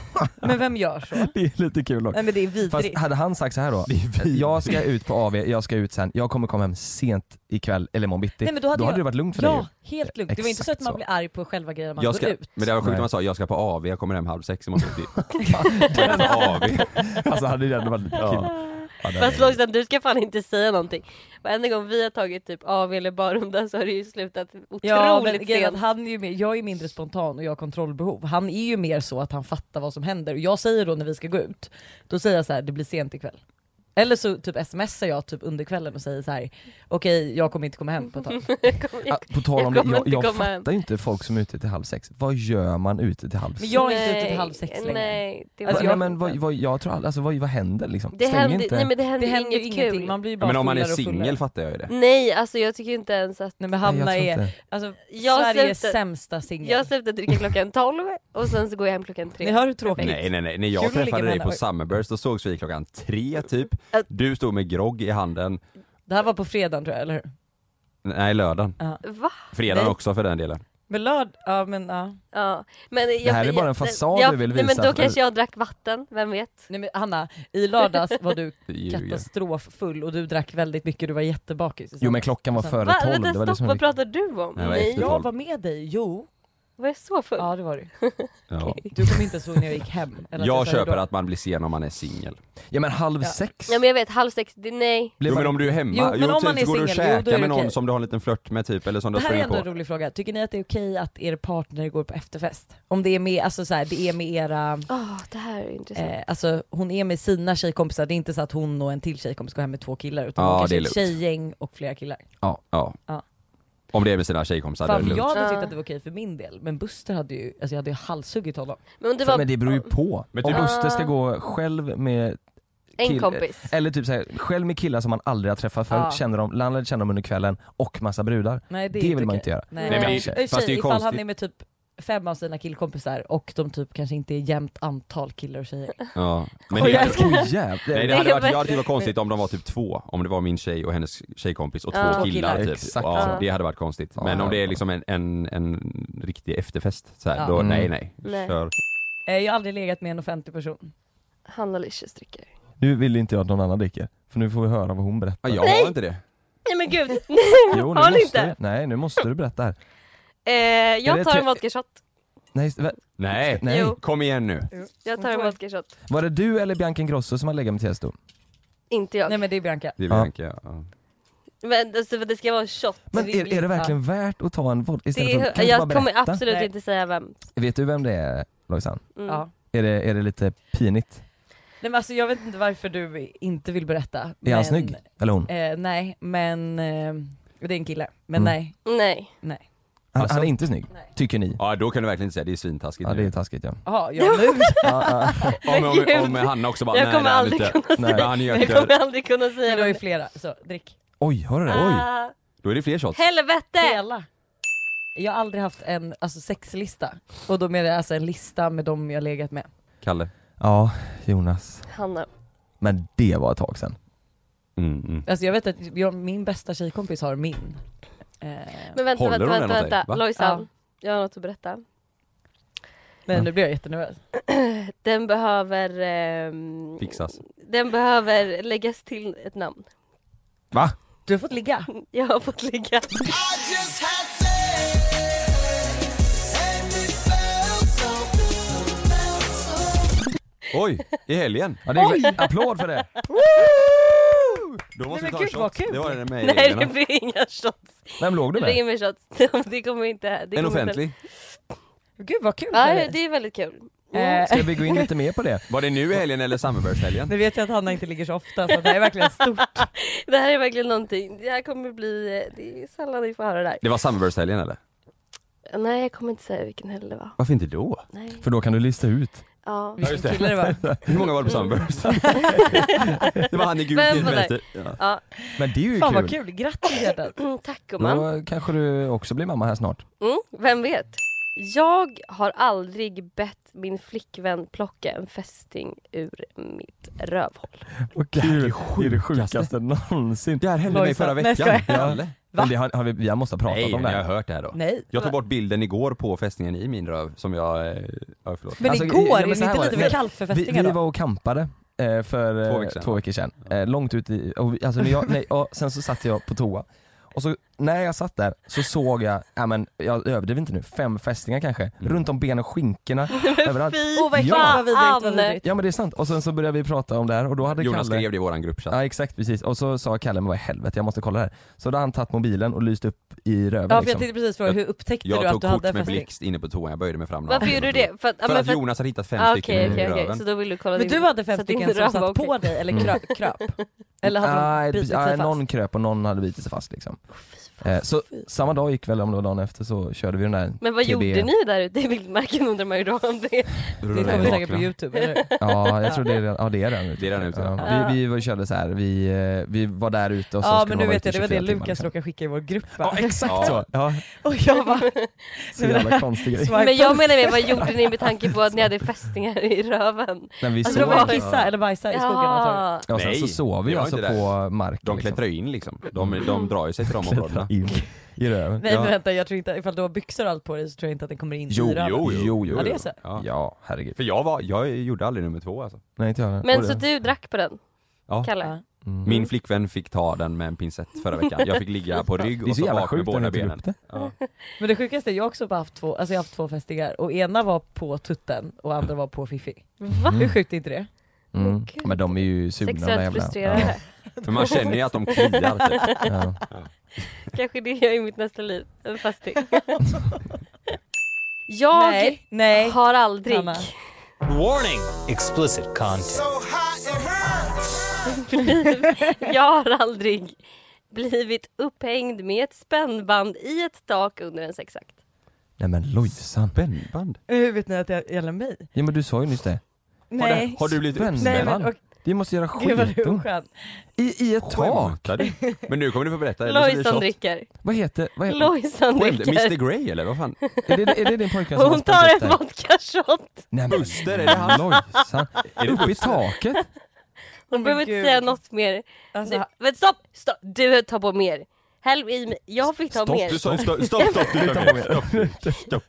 Speaker 1: men vem gör så?
Speaker 5: Det är lite kul också.
Speaker 1: Nej men det är vidrigt.
Speaker 5: Fast hade han sagt så här då, jag ska ut på AV, jag ska ut sen, jag kommer komma hem sent ikväll eller imorgon bitti.
Speaker 1: Nej, men då hade
Speaker 5: då hade
Speaker 1: jag-
Speaker 5: det varit lugnt för dig
Speaker 1: ja,
Speaker 5: ju.
Speaker 1: helt lugnt. Det var inte så
Speaker 5: Exakt
Speaker 1: att man
Speaker 5: så.
Speaker 1: blir arg på själva grejen man
Speaker 6: Jag
Speaker 1: går
Speaker 6: ska,
Speaker 1: ut.
Speaker 6: men det var sjukt
Speaker 5: Nej.
Speaker 6: om man sa jag ska på AV, jag kommer hem halv sex imorgon. Det- Det är en AV.
Speaker 5: Alltså hade det ändå varit lite kul. Ja, det-
Speaker 2: Fast Långstrand du ska fan inte säga någonting. Varenda gång vi har tagit typ AW eller barrunda så har det ju slutat otroligt
Speaker 1: Ja, men grejen är att
Speaker 2: sent.
Speaker 1: han är ju mer, jag är mindre spontan och jag har kontrollbehov. Han är ju mer så att han fattar vad som händer. Och jag säger då när vi ska gå ut, då säger jag så här, det blir sent ikväll. Eller så typ smsar jag typ under kvällen och säger så här: okej jag kommer inte komma hem på ett tag.
Speaker 2: Jag kommer-
Speaker 5: Ah, på tal om
Speaker 2: jag
Speaker 5: jag,
Speaker 2: kommer
Speaker 5: jag,
Speaker 2: inte
Speaker 5: jag,
Speaker 2: komma hem.
Speaker 5: fattar ju inte folk som är ute till halv sex. Vad gör man ute till halv
Speaker 1: Men
Speaker 5: sex?
Speaker 1: jag är inte ute till
Speaker 2: Nej,
Speaker 1: halv sex längre.
Speaker 2: Nej, det, var
Speaker 1: Alltså,
Speaker 5: Va-
Speaker 1: jag-
Speaker 5: nej, men vad, vad, jag tror aldrig, alltså, vad, vad händer liksom?
Speaker 2: det
Speaker 5: Stäng
Speaker 2: händer,
Speaker 5: inte.
Speaker 2: nej, men det
Speaker 1: Det
Speaker 2: händer,
Speaker 1: händer ju
Speaker 2: inget
Speaker 1: ingenting,
Speaker 2: kul.
Speaker 1: man blir ju
Speaker 6: Ja,
Speaker 1: bara
Speaker 6: men om man är
Speaker 1: fullare och fullare. Mm,
Speaker 6: singel fattar jag ju det.
Speaker 2: Nej, alltså jag tycker inte ens att
Speaker 1: Nej men
Speaker 5: Nej, jag
Speaker 1: Hanna
Speaker 5: tror
Speaker 1: är
Speaker 5: inte.
Speaker 1: alltså,
Speaker 2: Jag
Speaker 1: Sveriges
Speaker 2: slutar-
Speaker 1: sämsta singel.
Speaker 2: jag slutar dricka klockan 12 och sen så går jag hem klockan 3.
Speaker 1: Ni hör hur tråkigt.
Speaker 6: Nej nej nej, när
Speaker 1: Kul
Speaker 6: jag
Speaker 1: att ligga Mm.
Speaker 6: träffade
Speaker 1: med
Speaker 6: dig
Speaker 1: henne.
Speaker 6: på
Speaker 1: Oj.
Speaker 6: Summerburst då sågs vi klockan tre typ.
Speaker 2: Att-
Speaker 6: Du stod med grogg i handen,
Speaker 1: Det här var på fredagen tror jag, eller hur?
Speaker 6: nej lördagen,
Speaker 2: Va?
Speaker 6: fredagen
Speaker 1: Nej.
Speaker 6: också för den delen.
Speaker 1: Men lörd, ja men ja.
Speaker 2: Ja. Men jag,
Speaker 5: här är
Speaker 2: jag-
Speaker 5: bara en fasad
Speaker 2: jag-
Speaker 5: du vill
Speaker 2: Nej,
Speaker 5: visa
Speaker 2: men då
Speaker 5: för-
Speaker 2: kanske jag drack vatten, vem vet?
Speaker 1: Nej men Hanna, i lördags var du
Speaker 6: Du ljuger.
Speaker 1: katastroffull och du drack väldigt mycket, du var jättebakis.
Speaker 5: Jo men klockan var
Speaker 1: Sen-
Speaker 5: före
Speaker 2: Alltså, Va,
Speaker 5: tolv. Det
Speaker 2: vänta
Speaker 5: var det
Speaker 2: stopp,
Speaker 5: som
Speaker 2: vad
Speaker 5: var
Speaker 2: pratar du om?
Speaker 6: Nej, vad
Speaker 2: Nej,
Speaker 6: äckligt.
Speaker 2: jag
Speaker 1: Jag var med dig, jo.
Speaker 2: var jag så full?
Speaker 1: Ja det var du.
Speaker 6: Ja.
Speaker 1: Du kommer inte ens ihåg när jag gick hem. Eller att
Speaker 6: Jag
Speaker 1: sa hej
Speaker 6: köper
Speaker 1: då.
Speaker 6: att man blir sen om man är singel.
Speaker 5: Ja men halv
Speaker 1: Ja.
Speaker 5: sex?
Speaker 2: Ja men jag vet, halv sex, det, nej.
Speaker 5: Blev
Speaker 6: Jo
Speaker 5: man-
Speaker 6: men om du är hemma,
Speaker 1: Jo,
Speaker 6: jo,
Speaker 1: men
Speaker 6: jo
Speaker 1: om
Speaker 6: precis,
Speaker 1: man är
Speaker 6: går du och
Speaker 1: singel, jo, då är
Speaker 6: käkar
Speaker 1: det
Speaker 6: med någon
Speaker 1: okej.
Speaker 6: som du har en liten flört med typ, eller som du
Speaker 1: Det
Speaker 6: har
Speaker 1: här är
Speaker 6: sprungit
Speaker 1: ändå en
Speaker 6: på.
Speaker 1: rolig fråga. Tycker ni att det är okej att er partner går på efterfest? Om det är med, alltså så här, det är med era,
Speaker 2: Åh, det här är intressant.
Speaker 1: eh, alltså hon är med sina tjejkompisar, det är inte så att hon och en till tjejkompis går hem med två killar utan
Speaker 6: Ja,
Speaker 1: hon
Speaker 6: det
Speaker 1: kanske
Speaker 6: är
Speaker 1: är ett
Speaker 6: lugnt.
Speaker 1: tjejgäng och flera killar.
Speaker 6: Ja.
Speaker 1: Ja.
Speaker 6: Om det är med sina tjejkompisar, då är
Speaker 1: Fan,
Speaker 6: det
Speaker 1: för jag
Speaker 6: lugnt.
Speaker 1: hade
Speaker 2: Ja.
Speaker 1: tyckt att det var okej för min del, men Buster hade ju, alltså jag hade ju halshuggit honom.
Speaker 2: men om det
Speaker 5: Fan,
Speaker 2: var Ah.
Speaker 5: men det beror ju på.
Speaker 6: Men
Speaker 5: Om
Speaker 6: typ-
Speaker 5: Buster ska gå själv med
Speaker 2: en
Speaker 5: kill-
Speaker 2: kompis.
Speaker 5: Eller typ så här, själv med killar som man aldrig har träffat förut,
Speaker 1: Ja.
Speaker 2: Ah.
Speaker 5: känner dem, landade känner dem under kvällen och massa brudar.
Speaker 1: Nej
Speaker 5: Det,
Speaker 1: det,
Speaker 5: vill man
Speaker 1: okej.
Speaker 5: inte göra.
Speaker 1: Nej,
Speaker 2: Nej, men
Speaker 1: men,
Speaker 2: det-
Speaker 1: tjej,
Speaker 6: fast det är ju
Speaker 1: ifall han
Speaker 6: konstigt.
Speaker 1: är med typ fem av sina killkompisar och de typ kanske inte är jämnt antal killar och tjejer.
Speaker 6: Ja. Men
Speaker 5: Oj,
Speaker 6: det,
Speaker 5: jävlar. Oj, jävlar.
Speaker 6: nej, det
Speaker 2: är
Speaker 6: hade varit, jag
Speaker 2: verkligen-
Speaker 6: hade tyckt det var konstigt om de var typ två, om det var min tjej och hennes tjejkompis och två
Speaker 2: Ja. Två
Speaker 6: killar,
Speaker 1: killar.
Speaker 6: typ.
Speaker 5: Exakt
Speaker 6: ja,
Speaker 2: så.
Speaker 6: det hade varit konstigt.
Speaker 5: Ja,
Speaker 6: Men om det
Speaker 5: ja.
Speaker 6: är liksom en, en, en riktig efterfest, så här,
Speaker 1: Ja.
Speaker 6: då
Speaker 5: Mm.
Speaker 6: nej nej.
Speaker 2: Nej.
Speaker 6: Kör.
Speaker 1: Eh, Jag har aldrig legat med en offentlig person.
Speaker 2: Hanna Lyschers dricker.
Speaker 5: Nu vill inte jag att någon annan dricker, för nu får vi höra vad hon berättar.
Speaker 6: Ja, jag har inte det.
Speaker 2: Nej men gud!
Speaker 5: Jo, nu
Speaker 2: Har ni
Speaker 5: måste
Speaker 2: inte?
Speaker 5: Du, nej, nu måste du berätta här.
Speaker 2: Eh,
Speaker 5: Är det
Speaker 2: jag tar en
Speaker 5: te-
Speaker 2: vodkashot.
Speaker 5: Nej, just- va-
Speaker 6: Nej,
Speaker 5: nej.
Speaker 2: Jo.
Speaker 6: kom igen nu.
Speaker 2: Jag tar en vodkashot.
Speaker 5: Var det du eller Bianca Ingrosso som hade legat med Tiesto?
Speaker 2: Inte jag.
Speaker 1: Nej men det är Bianca.
Speaker 6: Det är
Speaker 5: Ja.
Speaker 6: Bianca, ja.
Speaker 2: Men alltså, för det ska vara en shot.
Speaker 5: Men är, är det verkligen värt att ta en vodka
Speaker 2: Det
Speaker 5: istället för
Speaker 2: är,
Speaker 5: att kan du bara
Speaker 2: jag kommer
Speaker 5: berätta?
Speaker 2: absolut
Speaker 1: Nej.
Speaker 2: inte säga vem.
Speaker 5: Vet du vem det är Lojsan?
Speaker 2: Mm.
Speaker 1: Ja.
Speaker 5: Är det, är det lite pinigt?
Speaker 1: Nej men alltså jag vet inte varför du inte vill berätta.
Speaker 5: Är han snygg? Eller hon?
Speaker 1: Eh, nej men, eh, det är en kille. Men
Speaker 5: Mm.
Speaker 1: nej.
Speaker 2: Nej.
Speaker 5: Han,
Speaker 6: Alltså-
Speaker 5: han är inte snygg,
Speaker 1: Nej.
Speaker 5: tycker ni?
Speaker 6: Ja då kan du verkligen inte säga, det är svintaskigt.
Speaker 5: Ja det
Speaker 6: nu.
Speaker 5: är taskigt ja.
Speaker 1: Jaha, jag nu?
Speaker 5: ja, ja.
Speaker 6: Om,
Speaker 2: Men
Speaker 6: om,
Speaker 2: gud.
Speaker 6: om Hanna också bara,
Speaker 2: Jag
Speaker 6: nej,
Speaker 2: kommer
Speaker 6: nej,
Speaker 2: aldrig
Speaker 6: lite.
Speaker 2: kunna
Speaker 5: Nej.
Speaker 6: Men han
Speaker 2: Jag
Speaker 6: gör
Speaker 2: kommer
Speaker 6: inte,
Speaker 2: aldrig kunna säga
Speaker 1: Det var ju
Speaker 2: det.
Speaker 1: flera, så drick.
Speaker 5: Oj, hör du det?
Speaker 2: Ah,
Speaker 6: då är det fler shots.
Speaker 2: helvete!
Speaker 1: Hela. Jag har aldrig haft en alltså, sexlista, och då menar jag alltså en lista med de jag legat med.
Speaker 6: Kalle.
Speaker 5: Ja, Jonas.
Speaker 2: Hanna.
Speaker 5: Men det var ett tag sedan.
Speaker 6: Mm, mm.
Speaker 1: Alltså jag vet att jag, min bästa tjejkompis har min. Eh,
Speaker 2: Men vänta,
Speaker 6: Håller
Speaker 2: vänta,
Speaker 6: hon den
Speaker 2: vänta,
Speaker 6: åt dig? Va?
Speaker 2: vänta. Lojsan. Jag har något att berätta.
Speaker 5: Mm.
Speaker 1: men nu blir jag jättenervös.
Speaker 2: Den behöver... ehm,
Speaker 6: Fixas.
Speaker 2: Den behöver läggas till ett namn.
Speaker 5: Va?
Speaker 1: Du har fått ligga.
Speaker 2: Jag har fått ligga.
Speaker 6: Oj, i helgen.
Speaker 5: Ja, det är, applåd för det!
Speaker 6: Då måste
Speaker 1: men
Speaker 6: vi ta
Speaker 1: gud,
Speaker 6: en
Speaker 1: vad
Speaker 6: shot.
Speaker 1: kul.
Speaker 6: Det var den med
Speaker 2: Nej det
Speaker 6: reglerna.
Speaker 2: blir inga shots.
Speaker 5: Vem låg
Speaker 2: Det
Speaker 5: du
Speaker 2: blir
Speaker 5: med?
Speaker 2: inga shots. Det kommer inte... Det
Speaker 6: En
Speaker 2: kommer Inte.
Speaker 6: offentlig.
Speaker 1: Gud vad kul för
Speaker 2: Ja
Speaker 1: dig.
Speaker 2: det är väldigt kul.
Speaker 1: Eh,
Speaker 5: Ska vi gå in lite mer på det?
Speaker 6: Var det nu i helgen eller Summerburst-helgen?
Speaker 1: Nu vet jag att Hanna inte ligger så ofta så det här är verkligen stort.
Speaker 2: Det här är verkligen någonting. Det här kommer bli... Det är sällan vi får höra det här.
Speaker 6: Det var Summerburst-helgen eller?
Speaker 2: Nej jag kommer inte säga vilken helg det var.
Speaker 6: Varför inte då?
Speaker 2: Nej.
Speaker 5: För då kan du lista ut.
Speaker 2: Ja.
Speaker 6: Ja, just det.
Speaker 1: Killar det var.
Speaker 6: Hur många var det på Summerburst? det var han i gul
Speaker 2: Vem
Speaker 6: bil
Speaker 2: var
Speaker 6: med
Speaker 2: det?
Speaker 6: lite-
Speaker 2: ja.
Speaker 5: Men det är ju
Speaker 1: Fan
Speaker 5: kul.
Speaker 1: vad kul, grattis hjärtat.
Speaker 2: Mm, tack gumman.
Speaker 5: Då kanske du också blir mamma här snart.
Speaker 2: Mm, vem vet? Jag har aldrig bett min flickvän plocka en fästing ur mitt rövhål.
Speaker 5: Och
Speaker 6: Det här är det
Speaker 5: det är det
Speaker 6: sjukaste.
Speaker 5: sjukaste någonsin.
Speaker 6: Det här hände
Speaker 1: Lojsan.
Speaker 6: mig förra
Speaker 1: Nej,
Speaker 6: veckan.
Speaker 1: ska jag?
Speaker 6: Jalle.
Speaker 5: Men det har, har vi, vi måste ha pratat
Speaker 6: Nej,
Speaker 5: om det
Speaker 6: men jag har
Speaker 5: här.
Speaker 6: hört det här då.
Speaker 1: Nej.
Speaker 6: Jag tog bort bilden igår på fästningen i min röv som jag... eh, Ja, förlåt.
Speaker 1: Men
Speaker 5: Alltså, ja,
Speaker 1: igår,
Speaker 5: men
Speaker 1: är det
Speaker 5: så här
Speaker 1: inte
Speaker 5: var
Speaker 1: lite
Speaker 5: det.
Speaker 1: för kallt för
Speaker 5: Vi,
Speaker 1: fästingar
Speaker 5: vi
Speaker 1: då?
Speaker 5: var och kampade eh, för eh,
Speaker 6: Två veckor sedan.
Speaker 5: två veckor sedan. Eh, långt ut i, och vi, alltså, när jag, nej, och sen så satt jag på toa. Och så när jag satt där så såg jag, ja men jag överdriver inte nu, fem fästingar kanske, runt om benen och skinkorna överallt.
Speaker 2: Fy
Speaker 1: vad äckligt, vad vidrigt, vad vidrigt.
Speaker 5: Ja men det är sant, och sen så började vi prata om det här och då hade
Speaker 6: Jonas
Speaker 5: Kalle
Speaker 6: skrev det i våran gruppchatt.
Speaker 5: Ja exakt precis, och så sa Kalle men vad i helvete jag måste kolla här. Så då hade han tagit mobilen och lyst upp i röven
Speaker 1: Ja för jag
Speaker 5: liksom.
Speaker 1: tänkte precis fråga, hur upptäckte du
Speaker 6: Jag
Speaker 1: att
Speaker 6: tog
Speaker 1: du hade
Speaker 6: kort
Speaker 1: en
Speaker 6: med
Speaker 1: fästing?
Speaker 6: blixt inne på toan, jag böjde mig fram
Speaker 2: Varför
Speaker 6: naken
Speaker 2: gjorde du
Speaker 6: och
Speaker 2: det? För att, ja,
Speaker 6: tog- För
Speaker 2: men
Speaker 6: att Jonas hade hittat fem
Speaker 2: Ah,
Speaker 6: stycken
Speaker 2: Okej
Speaker 6: i
Speaker 2: okej okej,
Speaker 6: röven.
Speaker 2: så då vill du kolla
Speaker 1: Men
Speaker 2: din-
Speaker 1: du hade fem
Speaker 2: så att din
Speaker 1: stycken som
Speaker 2: röv var
Speaker 1: satt
Speaker 2: okej.
Speaker 1: på dig, eller kröp? kröp. Mm. Eller hade
Speaker 5: Nej,
Speaker 1: de bitit
Speaker 5: precis.
Speaker 1: sig
Speaker 5: Nej,
Speaker 1: fast?
Speaker 5: Ah, någon kröp och någon hade bitit sig fast liksom. Eh, så samma dag gick väl, om det var dagen efter, så körde vi den där
Speaker 2: Men vad
Speaker 5: TB.
Speaker 2: gjorde ni där ute i vildmarken undrar man ju då om det
Speaker 1: Det
Speaker 6: Rullade
Speaker 1: kommer säkert på
Speaker 6: bakna.
Speaker 1: youtube, eller
Speaker 5: Alltså,
Speaker 1: hur?
Speaker 5: Ja, jag tror det är redan, ja, det är redan ute.
Speaker 6: Det är redan ute, ja.
Speaker 5: Ja, vi, vi var- körde så här. Vi, eh, vi var där ute och så
Speaker 1: Ja
Speaker 5: skulle
Speaker 1: men
Speaker 5: man
Speaker 1: nu
Speaker 5: vara
Speaker 1: vet
Speaker 5: ute i
Speaker 1: jag, det var det
Speaker 5: 24 timmar,
Speaker 1: Lukas
Speaker 5: liksom.
Speaker 1: råkade skicka i vår grupp va?
Speaker 5: Ja exakt
Speaker 6: Ja.
Speaker 5: så! Ja,
Speaker 1: Och jag bara...
Speaker 5: så jävla konstig
Speaker 1: Alltså,
Speaker 5: grej.
Speaker 2: Men jag menar mer, vad gjorde ni med tanke på att ni hade fästingar i röven?
Speaker 5: När vi
Speaker 1: Alltså
Speaker 5: sov,
Speaker 1: de var
Speaker 5: ja,
Speaker 1: kissa eller bajsa i skogen antagligen.
Speaker 5: och sen så
Speaker 6: Nej,
Speaker 5: sov vi
Speaker 6: jag var
Speaker 5: alltså
Speaker 6: inte
Speaker 5: på marken.
Speaker 6: De klättrar ju in liksom. De, de drar ju sig till de områdena.
Speaker 5: in i röven.
Speaker 1: Nej men
Speaker 6: Ja.
Speaker 1: vänta, jag tror inte, ifall du har byxor och allt på dig så tror jag inte att den kommer in
Speaker 6: Jo,
Speaker 1: i röven.
Speaker 6: jo, jo.
Speaker 1: Ja, det är så.
Speaker 6: Ja.
Speaker 5: Ja, herregud.
Speaker 6: För jag var, jag gjorde aldrig nummer två alltså.
Speaker 5: Nej inte jag. Och
Speaker 2: Men
Speaker 5: det-
Speaker 2: så du drack på den?
Speaker 6: Ja.
Speaker 2: Kalle?
Speaker 5: Mm.
Speaker 6: Min flickvän fick ta den med en pincett förra veckan. Jag fick ligga på rygg
Speaker 5: Det är
Speaker 6: och
Speaker 5: så
Speaker 6: så
Speaker 5: jävla
Speaker 6: bak med
Speaker 5: sjukt att
Speaker 6: alltså, båda
Speaker 5: ni tog
Speaker 6: benen.
Speaker 5: upp det.
Speaker 6: Ja.
Speaker 1: Men det sjukaste är jag har också bara haft två, alltså jag har haft två fästingar och ena var på tutten och andra var på fiffi.
Speaker 2: Va?
Speaker 6: Mm.
Speaker 1: Hur sjukt är inte det?
Speaker 5: Mm. Ja, Men de är ju sugna de där
Speaker 2: Sexuellt
Speaker 5: jävla-
Speaker 2: frustrerade?
Speaker 6: Men man känner ju att de kliar typ.
Speaker 5: Ja, ja.
Speaker 2: Kanske det jag är i mitt nästa liv, en fästing. jag
Speaker 1: nej, nej.
Speaker 2: har aldrig
Speaker 1: Hanna.
Speaker 8: Warning! Explicit content.
Speaker 2: Jag har aldrig blivit upphängd med ett spännband i ett tak under en sexakt.
Speaker 5: Nej men Lojsan.
Speaker 6: Bändband?
Speaker 1: Hur vet ni att det gäller mig?
Speaker 5: Ja men du sa ju nyss det.
Speaker 6: Har du,
Speaker 1: Nej.
Speaker 6: har du blivit
Speaker 5: Spännande.
Speaker 1: Nej
Speaker 6: uppspänd?
Speaker 1: men och,
Speaker 5: Det måste göra
Speaker 1: gud vad du är
Speaker 5: skitont.
Speaker 1: oskön.
Speaker 5: I, I ett tak?
Speaker 6: Skämtar du? Men nu kommer du få berätta. eller så blir det
Speaker 2: Lojsan
Speaker 6: shot.
Speaker 2: dricker.
Speaker 5: Vad heter, vad heter
Speaker 2: Lojsan
Speaker 6: Skämt, Mr
Speaker 2: dricker.
Speaker 6: Grey eller vad fan?
Speaker 5: Är det, är det din pojkvän som har
Speaker 2: Hon tar
Speaker 5: spenderat
Speaker 2: en
Speaker 5: där?
Speaker 2: vodka-shot.
Speaker 5: Nej men
Speaker 6: Buster, är det han?
Speaker 5: Lojsan.
Speaker 6: Är det
Speaker 5: Uppe i
Speaker 6: Buster?
Speaker 5: taket?
Speaker 2: Hon
Speaker 1: men
Speaker 2: behöver inte
Speaker 1: gud.
Speaker 2: säga något mer.
Speaker 1: Alltså,
Speaker 2: Du, men stopp! stopp. Du tar på mer. Häll i mig. Jag fick ta
Speaker 5: Stopp,
Speaker 2: mer.
Speaker 6: Du sa stopp, stopp, stopp, du tar med. stopp, stopp.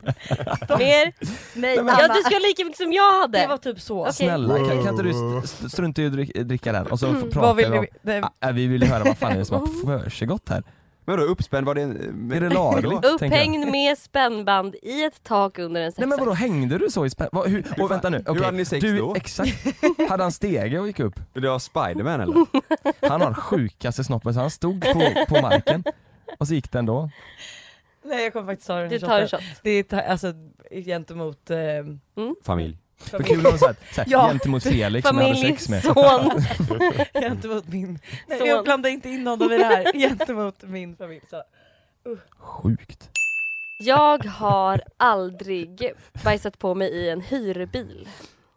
Speaker 2: Mer.
Speaker 1: nej,
Speaker 2: Ja du ska ha lika mycket som jag
Speaker 1: det var
Speaker 2: hade.
Speaker 1: typ så.
Speaker 2: Okej.
Speaker 5: Snälla, kan, kan inte du st- st- strunta i att drick, dricka den och så f- pratar
Speaker 1: Vad vill
Speaker 5: vi om...
Speaker 1: du? Nej,
Speaker 5: Ah, vi vill ju höra vad fan är det som har försiggått här?
Speaker 6: Men då uppspänd var det... en-
Speaker 5: Är det lagligt? tänker jag?
Speaker 2: Upphängd med spännband i ett tak under en
Speaker 5: Nej
Speaker 2: sexakt.
Speaker 5: men vadå, hängde du så i spänn? Vad- hur- Och vänta nu,
Speaker 6: hur
Speaker 5: okej.
Speaker 6: hade ni sex
Speaker 5: du,
Speaker 6: då?
Speaker 5: Exakt. Hade han stege och gick upp?
Speaker 6: Det var Spiderman eller?
Speaker 5: Han har sjukaste snoppen så han stod på, på marken och så gick den då.
Speaker 1: nej jag kommer faktiskt ta den
Speaker 2: Du
Speaker 1: här
Speaker 2: tar en
Speaker 1: shotten.
Speaker 2: shot.
Speaker 1: Det är ta- alltså gentemot... Eh,
Speaker 6: Familj.
Speaker 5: Vad kul om så här, så här,
Speaker 1: Ja.
Speaker 5: gentemot Felix som jag hade
Speaker 2: Familj,
Speaker 5: Liksom sex med.
Speaker 2: son.
Speaker 1: gentemot min... Nej
Speaker 2: Son.
Speaker 1: jag blandar inte in honom i det här. Gentemot min familj. Så.
Speaker 5: Sjukt.
Speaker 2: Jag har aldrig bajsat på mig i en hyrbil.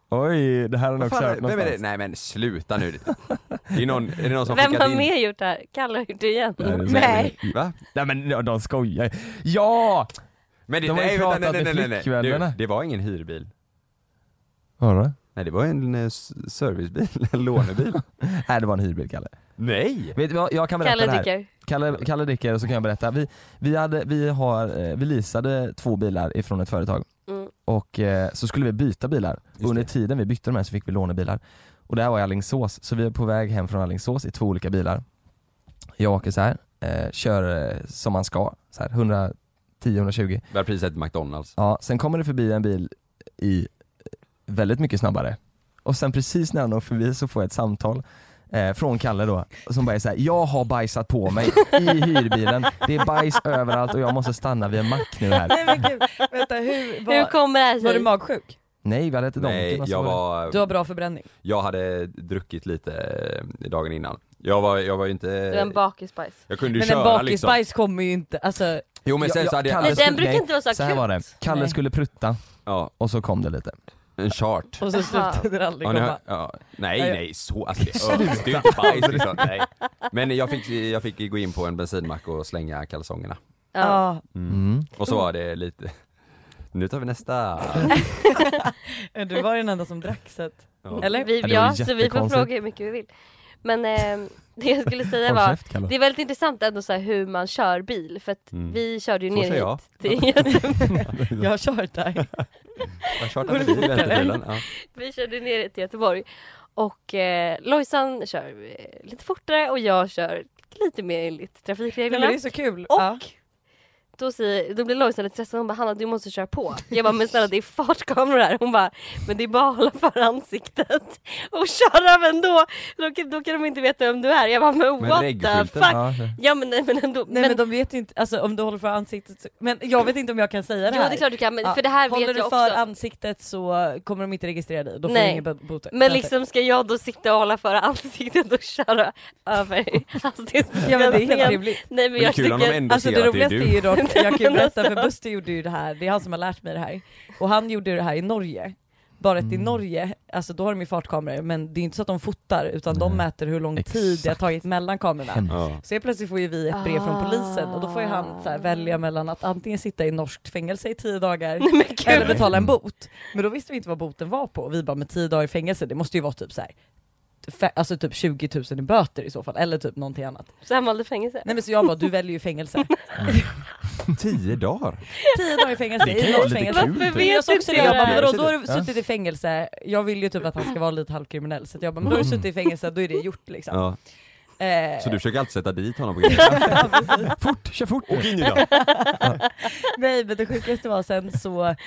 Speaker 5: Oj, det här har ni
Speaker 6: Vad
Speaker 5: också
Speaker 6: fan,
Speaker 5: hört
Speaker 6: vem är det?
Speaker 5: någonstans.
Speaker 6: Nej men sluta nu. Det är, någon, är det någon som
Speaker 2: Vem
Speaker 6: skickat
Speaker 2: har
Speaker 6: in?
Speaker 2: mer gjort det här? Kalle har gjort det igen.
Speaker 5: Nej, det är så.
Speaker 6: Nej. men- Va?
Speaker 5: Nej men ja, de skojar Ja!
Speaker 6: Men det,
Speaker 5: De har ju
Speaker 6: nej, vänta, nej,
Speaker 5: pratat
Speaker 6: nej,
Speaker 5: med
Speaker 6: nej, nej, nej.
Speaker 5: flickvännerna.
Speaker 6: Du, det var ingen hyrbil.
Speaker 5: Vadå?
Speaker 6: Nej det var en eh, s- servicebil, en lånebil.
Speaker 5: Nej det var en hyrbil Kalle.
Speaker 6: nej!
Speaker 5: Vet du vad, jag kan berätta
Speaker 2: Kalle
Speaker 5: det här.
Speaker 2: dricker.
Speaker 5: Kalle, Kalle dricker och så kan jag berätta. Vi, vi, hade, vi, har, eh, vi leasade två bilar ifrån ett företag
Speaker 2: Mm.
Speaker 5: och eh, så skulle vi byta bilar.
Speaker 6: det.
Speaker 5: Under tiden vi bytte de här så fick vi lånebilar. Och det här var i Alingsås, så vi är på väg hem från Alingsås i två olika bilar. Jag åker så här, eh, kör eh, som man ska, så här 110-120.
Speaker 6: Bär priset till McDonalds.
Speaker 5: Ja, sen kommer det förbi en bil i väldigt mycket snabbare. Och sen precis när han åker förbi så får jag ett samtal eh, från Kalle då, som bara är såhär, jag har bajsat på mig i hyrbilen, det är bajs överallt och jag måste stanna vid en mack nu här.
Speaker 1: Nej men gud, vänta hur var...
Speaker 2: Hur kommer det här
Speaker 1: var du
Speaker 2: sig?
Speaker 1: magsjuk?
Speaker 5: Nej vi hade ätit
Speaker 6: Nej,
Speaker 5: Donken och så
Speaker 6: jag
Speaker 5: var det-
Speaker 6: var,
Speaker 1: Du har bra förbränning.
Speaker 6: jag hade druckit lite eh, dagen innan. Jag var, jag var ju inte...
Speaker 5: Eh,
Speaker 2: Du är en bakisbajs.
Speaker 6: jag kunde ju
Speaker 1: Men en
Speaker 6: köra liksom.
Speaker 1: bakisbajs kommer ju inte, alltså
Speaker 6: Jo men
Speaker 5: Ja,
Speaker 6: sen
Speaker 5: ja,
Speaker 6: så hade
Speaker 5: Kalle
Speaker 2: Nej,
Speaker 6: jag,
Speaker 2: den
Speaker 5: skulle-
Speaker 2: brukar
Speaker 5: nej,
Speaker 2: inte vara så
Speaker 5: Så här
Speaker 2: akut.
Speaker 5: var det, Kalle
Speaker 1: Nej.
Speaker 5: skulle prutta
Speaker 6: ja,
Speaker 5: och så kom det lite.
Speaker 6: en chart.
Speaker 1: och så
Speaker 2: Aha.
Speaker 1: slutade det aldrig
Speaker 6: Ja, ni hör-
Speaker 1: komma.
Speaker 6: ja, nej
Speaker 1: Nej.
Speaker 6: nej så, alltså det är ös, det är ju inte bajs liksom, nej. Men jag fick, jag fick gå in på en bensinmack och slänga kalsongerna.
Speaker 2: Ja.
Speaker 1: Ja.
Speaker 5: Mm.
Speaker 6: Och så var det lite, nu tar vi nästa.
Speaker 1: Du var den enda som drack så att...
Speaker 6: Ja.
Speaker 1: Eller?
Speaker 2: Vi,
Speaker 5: Ja, det var
Speaker 2: ja, så vi får
Speaker 5: jättekonstigt.
Speaker 2: fråga hur mycket vi vill. Men eh, det jag skulle säga
Speaker 5: Håll
Speaker 2: var
Speaker 5: käft, Kalle.
Speaker 2: Det är väldigt intressant ändå så här hur man kör bil för att
Speaker 6: Mm.
Speaker 2: vi körde ju
Speaker 6: Så
Speaker 2: ner
Speaker 6: kör
Speaker 2: hit.
Speaker 6: jag.
Speaker 2: till Göte-
Speaker 1: Jag har kört där.
Speaker 6: Jag har kört den förbi vänsterbilen. Ja.
Speaker 2: vi körde ner hit till Göteborg och eh, Lojsan kör eh, lite fortare och jag kör lite mer enligt
Speaker 1: Men
Speaker 2: trafikreglerna.
Speaker 1: det är så kul.
Speaker 2: Och
Speaker 1: Ja.
Speaker 2: då, säger, då blir Lojsan lite stressad, hon bara Hanna du måste köra på. Jag bara men snälla det är fartkameror här. Hon bara men det är bara att hålla för ansiktet och köra även då. Då, kan- då kan de inte veta vem du är. Jag bara men
Speaker 6: Men
Speaker 2: what the
Speaker 6: reggskylten,
Speaker 2: fuck.
Speaker 5: Ja, det-
Speaker 2: Ja men, nej, men ändå.
Speaker 1: Nej men, de vet ju inte, alltså om du håller för ansiktet så... Men jag vet inte om jag kan säga det
Speaker 2: jo
Speaker 1: här.
Speaker 2: det är klart du kan men
Speaker 1: Ja.
Speaker 2: för det här
Speaker 1: Håller
Speaker 2: vet
Speaker 1: du
Speaker 2: jag
Speaker 1: för
Speaker 2: också.
Speaker 1: ansiktet så kommer de inte registrera dig, då får
Speaker 2: Nej.
Speaker 1: du ingen bö- bot.
Speaker 2: Men liksom ska jag då sitta och hålla för ansiktet och köra över
Speaker 1: Ja men det är helt
Speaker 2: hastighetsbegränsningen?
Speaker 1: rimligt.
Speaker 2: Nej men
Speaker 6: Men det är
Speaker 2: jag
Speaker 6: kul om de
Speaker 2: tycker
Speaker 6: ändå
Speaker 1: Alltså
Speaker 6: ser
Speaker 1: det
Speaker 6: att det är
Speaker 1: roligaste är
Speaker 6: du.
Speaker 1: ju dock, jag kan ju
Speaker 2: Men alltså-
Speaker 1: berätta för Buster gjorde ju det här, det är han som har lärt mig det här. Och han gjorde det här i Norge. Bara att
Speaker 6: Mm.
Speaker 1: i Norge, alltså då har de ju fartkameror men det är inte så att de fotar utan de
Speaker 5: Nej.
Speaker 1: mäter hur lång tid det har
Speaker 5: Exakt.
Speaker 1: tagit mellan kamerorna.
Speaker 5: Hemskt.
Speaker 6: Ja.
Speaker 1: Så helt plötsligt får ju vi ett brev från polisen och då får ju han så här välja mellan att antingen sitta i norskt fängelse i tio dagar
Speaker 2: Nej, men gud.
Speaker 1: eller betala en bot. Men då visste vi inte vad boten var på och vi bara med 10 dagar i fängelse, det måste ju vara typ så här. fe- Alltså typ 20 000 i böter i så fall, eller typ någonting annat.
Speaker 2: Så han valde fängelse?
Speaker 1: Nej men så jag bara, du väljer ju fängelse.
Speaker 6: Tio dagar?
Speaker 1: 10 dagar i fängelse,
Speaker 5: Det
Speaker 1: i
Speaker 5: kan ju vara
Speaker 1: något
Speaker 5: lite
Speaker 1: fängelse.
Speaker 5: kul
Speaker 2: vet
Speaker 5: typ.
Speaker 1: Men jag sa också det, jag bara,
Speaker 5: det.
Speaker 1: vadå, då har du
Speaker 5: Ja.
Speaker 1: suttit i fängelse, jag vill ju typ att han ska vara lite halvkriminell så att jag bara, men då har
Speaker 2: Mm.
Speaker 1: du suttit i fängelse, då är det gjort liksom.
Speaker 6: Ja.
Speaker 1: Eh,
Speaker 6: Så du försöker alltid sätta dit honom på grejerna?
Speaker 5: Fort, kör fort!
Speaker 6: Åk in idag!
Speaker 1: Nej men det sjukaste var sen så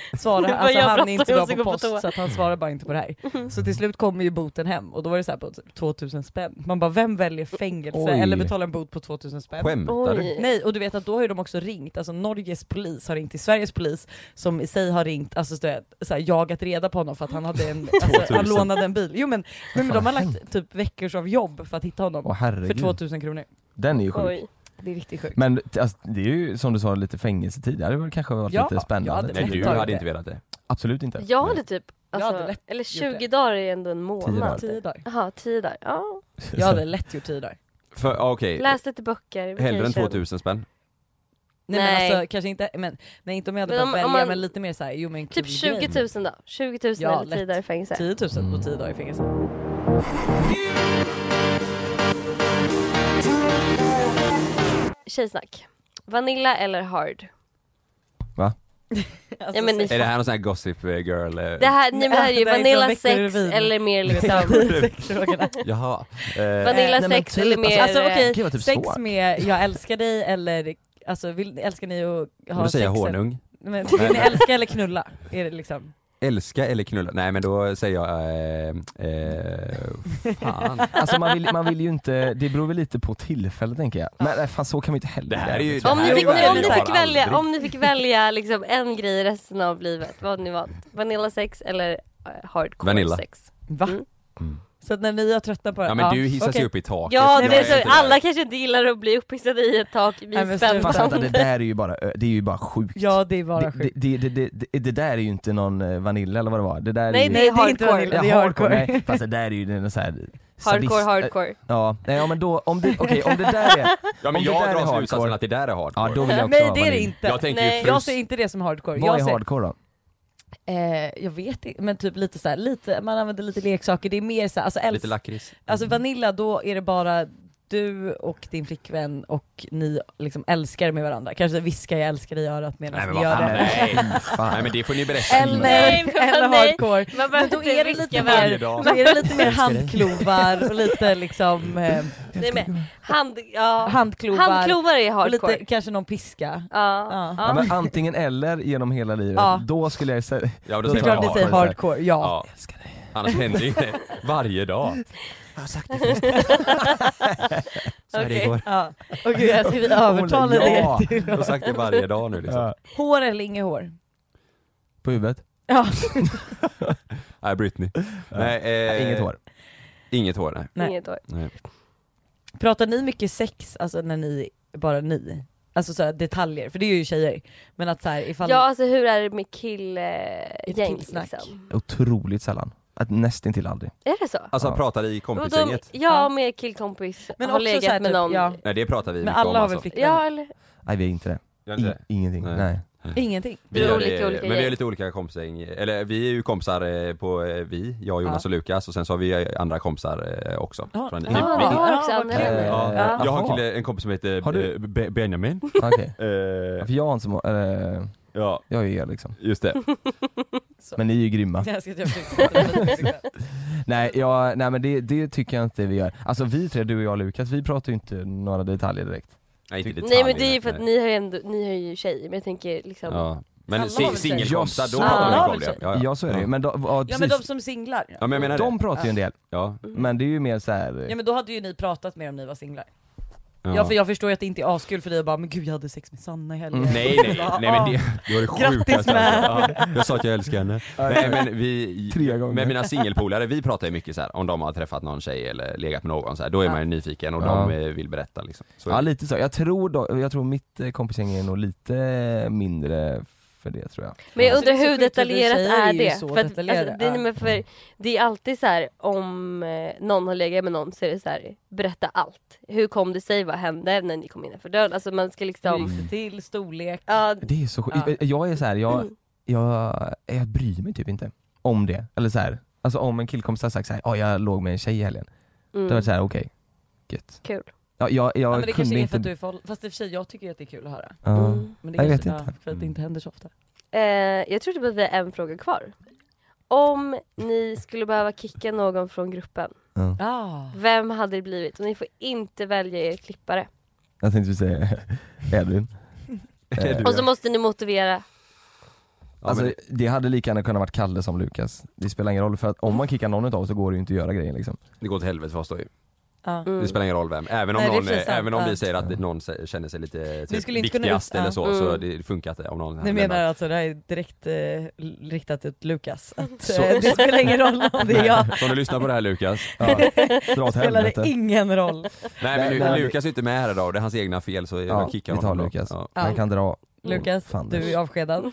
Speaker 1: svarade
Speaker 2: Jag
Speaker 1: han,
Speaker 2: bara,
Speaker 1: alltså
Speaker 2: jag
Speaker 1: han
Speaker 2: bråttom,
Speaker 1: är inte
Speaker 2: jag
Speaker 1: bra
Speaker 2: måste
Speaker 1: på Mm.
Speaker 2: gå på
Speaker 1: post
Speaker 2: toa.
Speaker 1: så att han svarar bara inte på det här. Så till slut kommer ju boten hem och då var det så här på typ 2000 spänn. Man bara vem väljer fängelse
Speaker 5: Oj.
Speaker 1: eller betalar en bot på 2000 spänn?
Speaker 6: Skämtar du?
Speaker 2: Oj.
Speaker 1: Nej och du vet att då har ju de också ringt, alltså Norges polis har ringt till Sveriges polis som i sig har ringt, alltså så här, så här, jagat reda på honom för att han hade en, alltså, han
Speaker 6: 2000.
Speaker 1: lånade en bil. Jo men, nej, men de har lagt typ veckors av jobb för att hitta honom.
Speaker 5: Åh
Speaker 1: för
Speaker 5: herregud,
Speaker 1: 2000 kronor.
Speaker 5: den är ju sjuk.
Speaker 2: Oj.
Speaker 1: Det är riktigt sjukt.
Speaker 5: Men t- alltså, det är ju som du sa lite fängelsetid, det hade väl kanske varit
Speaker 1: Ja,
Speaker 5: lite
Speaker 1: jag
Speaker 5: spännande.
Speaker 1: hade
Speaker 6: Nej
Speaker 1: lätt
Speaker 6: du
Speaker 1: tagit
Speaker 6: hade
Speaker 1: det.
Speaker 6: inte velat det.
Speaker 5: Absolut inte.
Speaker 2: Jag hade typ,
Speaker 1: Jag
Speaker 2: alltså,
Speaker 1: hade lätt
Speaker 2: eller
Speaker 1: gjort
Speaker 2: 20
Speaker 1: det.
Speaker 2: dagar är ändå en månad.
Speaker 1: Tio dagar.
Speaker 2: Jaha, 10 dagar. Ja.
Speaker 1: Jag hade lätt gjort tio dagar.
Speaker 6: För, ja, okej,
Speaker 2: Läs lite böcker.
Speaker 6: hellre än
Speaker 2: vacation.
Speaker 6: 2000 spänn.
Speaker 1: Nej,
Speaker 2: Nej.
Speaker 1: men alltså kanske inte, men, nej inte om jag hade
Speaker 2: Men
Speaker 1: behövt
Speaker 2: om-
Speaker 1: välja
Speaker 2: om man-
Speaker 1: men lite mer såhär, jo men kul
Speaker 2: Typ 20
Speaker 1: grej.
Speaker 2: 000 då. 20 000
Speaker 1: Ja,
Speaker 2: eller 10
Speaker 1: lätt.
Speaker 2: dagar i fängelse.
Speaker 1: 10 000
Speaker 5: Mm.
Speaker 1: på 10 dagar i fängelse.
Speaker 2: Tjejsnack. Vanilla eller hard?
Speaker 1: Alltså,
Speaker 2: Ja, men ni-
Speaker 6: Är det här någon sån här gossip girl? eh,
Speaker 2: Det här, nej, men det här är
Speaker 1: Nej,
Speaker 2: ju
Speaker 1: från
Speaker 2: vanilla
Speaker 1: Växjö
Speaker 2: sex
Speaker 1: Revyn.
Speaker 2: eller mer liksom
Speaker 1: sexfrågorna.
Speaker 6: Jaha. Eh,
Speaker 2: vanilla
Speaker 5: Nej, men
Speaker 2: sex eller
Speaker 5: typ, alltså,
Speaker 2: mer
Speaker 1: Alltså okej,
Speaker 5: Det var typ
Speaker 1: sex
Speaker 5: svårt.
Speaker 1: med jag älskar dig eller Alltså vill, älskar ni att
Speaker 6: då
Speaker 1: ha
Speaker 6: säger jag
Speaker 1: sex?
Speaker 6: honung.
Speaker 1: Men, vill ni älska eller knulla? Är det liksom?
Speaker 6: Älska eller knulla? Nej men då säger jag, eh, eh, fan.
Speaker 5: Alltså man vill, man vill ju inte, det beror väl lite på tillfället tänker jag. Men nej, fan så kan vi inte heller
Speaker 6: Det här är ju-
Speaker 5: göra, tror
Speaker 2: om
Speaker 5: jag.
Speaker 2: ni,
Speaker 1: är
Speaker 2: fick,
Speaker 1: ju väldigt
Speaker 2: om, ni fick
Speaker 6: vanligt.
Speaker 2: välja,
Speaker 6: Aldrig.
Speaker 2: om ni fick välja liksom en grej resten av livet, vad hade ni valt? Vanilla sex eller eh, hardcore
Speaker 6: Vanilla.
Speaker 2: sex?
Speaker 1: Va?
Speaker 2: Mm.
Speaker 1: Så att när ni har tröttnat på det?
Speaker 6: Ja men du hissas
Speaker 1: okej.
Speaker 6: ju upp i taket.
Speaker 2: Ja,
Speaker 6: Jag
Speaker 2: det är
Speaker 6: inte
Speaker 2: så,
Speaker 6: där.
Speaker 2: alla kanske inte gillar att bli upphissade i ett tak
Speaker 1: Nej,
Speaker 2: vid
Speaker 1: men sluta.
Speaker 5: Fast vänta,
Speaker 2: spännband.
Speaker 5: det där är ju bara, det är ju bara sjukt.
Speaker 1: Ja det är bara
Speaker 5: det,
Speaker 1: sjukt.
Speaker 5: det, det, det, det, det där är ju inte någon eh, vanilla eller vad det var. Det där är
Speaker 2: Nej,
Speaker 5: ju,
Speaker 2: nej, det är inte
Speaker 1: vanilla,
Speaker 5: Ja,
Speaker 1: det är hardcore.
Speaker 5: Nej, fast det där är ju den så här
Speaker 2: Hardcore,
Speaker 5: sadist- eh,
Speaker 2: hardcore.
Speaker 5: Ja, nej, ja men då, om det, okej om det där är,
Speaker 6: Ja men
Speaker 5: Om det där
Speaker 6: jag
Speaker 5: är
Speaker 6: drar
Speaker 5: hardcore.
Speaker 6: slutsatsen att det där är hardcore.
Speaker 5: ja då vill jag också
Speaker 1: Nej
Speaker 5: ha
Speaker 1: det är det
Speaker 5: vanilj.
Speaker 1: inte.
Speaker 6: Jag tänker
Speaker 2: Nej.
Speaker 1: Jag
Speaker 6: ju frust.
Speaker 1: ser inte det som hardcore.
Speaker 5: Vad
Speaker 1: jag
Speaker 5: är
Speaker 1: ser,
Speaker 5: hardcore då?
Speaker 1: Eh, jag vet inte, men typ lite såhär, lite, man använder lite leksaker, det är mer såhär, alltså,
Speaker 6: Lite
Speaker 1: äls-
Speaker 6: lakrits. Mm.
Speaker 1: alltså Vanilla då är det bara du och din flickvän och ni liksom älskar med varandra, kanske viska jag älskar dig i örat
Speaker 6: Nej
Speaker 1: medan
Speaker 6: men
Speaker 1: ni
Speaker 6: vad
Speaker 1: gör
Speaker 6: fan,
Speaker 1: det.
Speaker 6: nej. Nej men det får ni berätta.
Speaker 1: Eller,
Speaker 2: Nej, men
Speaker 1: eller
Speaker 2: nej.
Speaker 1: hardcore.
Speaker 2: Man
Speaker 1: Men
Speaker 2: behöver
Speaker 1: då
Speaker 2: inte
Speaker 1: är det
Speaker 2: viska
Speaker 1: lite
Speaker 2: varandra.
Speaker 6: Varje
Speaker 1: mer,
Speaker 6: dag.
Speaker 1: då är det lite mer handklovar och lite liksom eh,
Speaker 2: Nej, men, hand, ja.
Speaker 1: handklovar,
Speaker 2: Handklovar är
Speaker 1: och
Speaker 2: hardcore.
Speaker 1: lite kanske någon piska.
Speaker 2: Ja.
Speaker 1: Ja.
Speaker 5: Ja,
Speaker 2: Ja.
Speaker 5: men antingen eller genom hela livet,
Speaker 1: Ja.
Speaker 5: då skulle jag säga
Speaker 6: Ja då
Speaker 5: Då
Speaker 6: säger
Speaker 5: drar
Speaker 6: jag
Speaker 1: Klart ni
Speaker 5: hardcore,
Speaker 1: säger
Speaker 6: hardcore.
Speaker 5: så här.
Speaker 1: hardcore, ja.
Speaker 6: Ja. Annars händer ju inte varje dag. Jag har sagt det först. Så är det
Speaker 2: Okej.
Speaker 6: igår.
Speaker 1: ja. Och gud, här ska vi övertala
Speaker 5: Ja.
Speaker 1: det till
Speaker 6: Jag har sagt det varje dag nu liksom.
Speaker 5: Ja.
Speaker 1: Hår eller inget hår?
Speaker 5: på huvudet.
Speaker 1: Ja.
Speaker 6: Nej Britney. Nej, eh,
Speaker 5: Inget hår.
Speaker 6: Inget hår nej.
Speaker 1: Nej.
Speaker 2: Inget år.
Speaker 6: nej.
Speaker 1: Pratar ni mycket sex, alltså när ni, bara ni? Alltså så här, detaljer, för det är ju tjejer. Men att såhär ifall...
Speaker 2: Ja alltså hur är det med killgäng
Speaker 1: killsnack.
Speaker 2: liksom?
Speaker 5: Otroligt sällan. Att nästintill aldrig.
Speaker 2: Är det så?
Speaker 6: Alltså
Speaker 5: Ja.
Speaker 6: pratar i
Speaker 2: Och de-
Speaker 6: kompisgänget?
Speaker 2: Ja med killkompis,
Speaker 1: Men
Speaker 2: har
Speaker 1: också så här
Speaker 2: legat med
Speaker 1: typ,
Speaker 2: någon.
Speaker 1: ja.
Speaker 6: Nej det pratar vi
Speaker 1: Men
Speaker 6: mycket om
Speaker 1: alla har väl
Speaker 6: alltså.
Speaker 1: flickvänner?
Speaker 2: Ja, eller?
Speaker 5: Nej vi är inte det.
Speaker 6: Gör ni
Speaker 5: In,
Speaker 6: det?
Speaker 5: ingenting.
Speaker 6: Nej.
Speaker 5: Nej.
Speaker 1: Ingenting.
Speaker 6: Vi
Speaker 2: Du har
Speaker 6: är
Speaker 2: olika-
Speaker 6: det-
Speaker 2: olika
Speaker 6: men vi
Speaker 2: gäng.
Speaker 6: är lite olika kompisar, eller vi är ju kompisar eh, på, eh, vi, jag, Jonas
Speaker 1: Ja.
Speaker 6: och Lukas och sen så har vi eh, andra kompisar eh, också.
Speaker 1: Ja.
Speaker 6: Från-
Speaker 1: Ja,
Speaker 6: vi-
Speaker 2: Ja, Ah,
Speaker 6: vi-
Speaker 2: du har också
Speaker 1: Ja,
Speaker 2: andra
Speaker 1: vad
Speaker 5: kul.
Speaker 2: vänner.
Speaker 6: Ja,
Speaker 5: Typ Ja.
Speaker 6: Jag har en,
Speaker 5: Jaha.
Speaker 6: kille, en kompis som heter
Speaker 5: Har du-
Speaker 6: eh, Be- Benjamin.
Speaker 5: Okej.
Speaker 6: Eh,
Speaker 5: För jag har inte så må- eh,
Speaker 6: ja,
Speaker 5: jag är ju er liksom.
Speaker 6: just det.
Speaker 5: Men ni är ju grymma.
Speaker 1: Jag ska typ- jag försöka-
Speaker 5: Nej, jag, nej men det, det tycker jag inte vi gör. Alltså vi tre, du och jag och Lukas, vi pratar ju inte några detaljer direkt.
Speaker 6: Nej, inte
Speaker 2: Nej men det är ju för
Speaker 6: detaljer,
Speaker 2: att
Speaker 6: nej.
Speaker 2: ni har ju, ändå, ni har ju tjejer men jag tänker liksom
Speaker 6: Ja.
Speaker 1: Alla
Speaker 6: Men
Speaker 1: har
Speaker 6: si-
Speaker 1: väl
Speaker 6: singelkompisar,
Speaker 5: sig.
Speaker 6: då
Speaker 5: Ja,
Speaker 6: pratar vi
Speaker 1: alla
Speaker 6: inte
Speaker 1: har
Speaker 6: om
Speaker 1: väl
Speaker 6: det. Ja,
Speaker 5: Ja så är det ju, men de, ja,
Speaker 1: ja
Speaker 5: precis.
Speaker 1: men de som singlar.
Speaker 6: Ja men jag menar
Speaker 5: de
Speaker 6: det.
Speaker 5: pratar ju en del,
Speaker 6: Ja.
Speaker 2: Mm.
Speaker 5: men det är ju mer så här.
Speaker 1: Ja men då hade ju ni pratat mer om ni var singlar. Ja,
Speaker 6: Ja.
Speaker 1: för jag förstår ju att det inte är askul för dig att bara 'men gud jag hade sex med Sanna i helgen'
Speaker 5: Mm.
Speaker 6: Nej nej, nej men det, det var det
Speaker 1: Grattis,
Speaker 6: sjukaste
Speaker 1: man.
Speaker 6: alltså. ja, Jag sa att jag älskar henne. Nej men vi,
Speaker 5: eh, Tre gånger.
Speaker 6: med mina singelpolare, vi pratar ju mycket så här om de har träffat någon tjej eller legat med någon så här, då är
Speaker 1: Ja.
Speaker 6: man ju nyfiken och
Speaker 5: Ja.
Speaker 6: de eh, vill berätta liksom. Så,
Speaker 5: Ja lite så, jag tror, då, jag tror mitt eh, kompisgäng är nog lite mindre för det tror jag.
Speaker 2: Men jag
Speaker 1: Alltså,
Speaker 2: undrar
Speaker 1: det är så
Speaker 2: hur
Speaker 1: sjukt att vi
Speaker 2: detaljerat
Speaker 1: tjejer
Speaker 2: är
Speaker 1: är ju
Speaker 2: det?
Speaker 1: så
Speaker 2: För att, alltså,
Speaker 1: detaljerade,
Speaker 2: det,
Speaker 1: ja.
Speaker 2: men för det är alltid så här om eh, någon har legat med någon så är det så här berätta allt. Hur kom det sig? Vad hände när ni kom innanför dörren? Alltså man ska liksom
Speaker 1: Hur gick det till, storlek.
Speaker 2: Ja,
Speaker 5: Mm. Det är så sjukt.
Speaker 1: Ja. Mm.
Speaker 5: Jag- Jag är så här, jag, jag, jag bryr mig typ inte om det. Eller så här, alltså om en killkompis har sagt så här, ja jag låg med en tjej i helgen.
Speaker 2: mm,
Speaker 5: Då är det så här, okej, gött.
Speaker 2: Kul.
Speaker 5: Ja, jag jag
Speaker 1: Ja, men det kanske
Speaker 5: kunde
Speaker 1: är
Speaker 5: inte...
Speaker 1: för att du är förhåll... Fast i och för sig jag tycker ju att det är kul att höra.
Speaker 5: ja.
Speaker 2: Mm.
Speaker 1: Men det
Speaker 5: Jag
Speaker 1: kanske,
Speaker 5: vet inte.
Speaker 1: Ja, för att det inte händer så ofta.
Speaker 2: Eh, jag tror typ att vi har en fråga kvar. Om ni skulle behöva kicka någon från gruppen,
Speaker 1: Ah.
Speaker 2: vem hade det blivit? Och ni får inte välja er klippare.
Speaker 5: Jag tänkte säga Edvin. Eh,
Speaker 2: Och så måste ni motivera.
Speaker 6: ja,
Speaker 5: alltså,
Speaker 6: men,
Speaker 5: Det hade lika gärna kunnat varit Kalle som Lukas. Det spelar ingen roll för att om man kickar någon utav oss så går det ju inte att göra grejen liksom.
Speaker 6: det går till helvete för oss då ju.
Speaker 1: Ja.
Speaker 2: Mm.
Speaker 6: Det spelar ingen roll vem, även om,
Speaker 1: Nej, det är
Speaker 6: någon, eh,
Speaker 1: för sig sant,
Speaker 6: även om
Speaker 1: ja.
Speaker 6: vi säger att någon sä- känner sig lite typ,
Speaker 1: skulle inte kunna
Speaker 6: viktigast
Speaker 1: ut-
Speaker 6: eller
Speaker 1: ja.
Speaker 6: så, så
Speaker 2: Mm.
Speaker 6: det funkar inte om någon
Speaker 1: Ni
Speaker 6: lämnar.
Speaker 1: menar alltså det här är direkt eh, riktat ut Lukas? Att,
Speaker 6: Så-
Speaker 1: eh, det spelar ingen roll om det är jag.
Speaker 6: Så om du lyssnar på det här Lukas,
Speaker 5: Ja. Dra
Speaker 1: spelar
Speaker 5: åt helvete.
Speaker 1: det ingen roll.
Speaker 6: nej men
Speaker 5: Nej,
Speaker 6: nu,
Speaker 5: nej.
Speaker 6: Lukas är inte med här idag och det är hans egna fel så
Speaker 5: Ja,
Speaker 6: jag kickar
Speaker 5: vi tar
Speaker 6: honom då.
Speaker 5: Lukas.
Speaker 6: Ja.
Speaker 1: Ja.
Speaker 5: Han kan dra.
Speaker 1: Lukas,
Speaker 5: Fan, det-
Speaker 1: du är avskedad.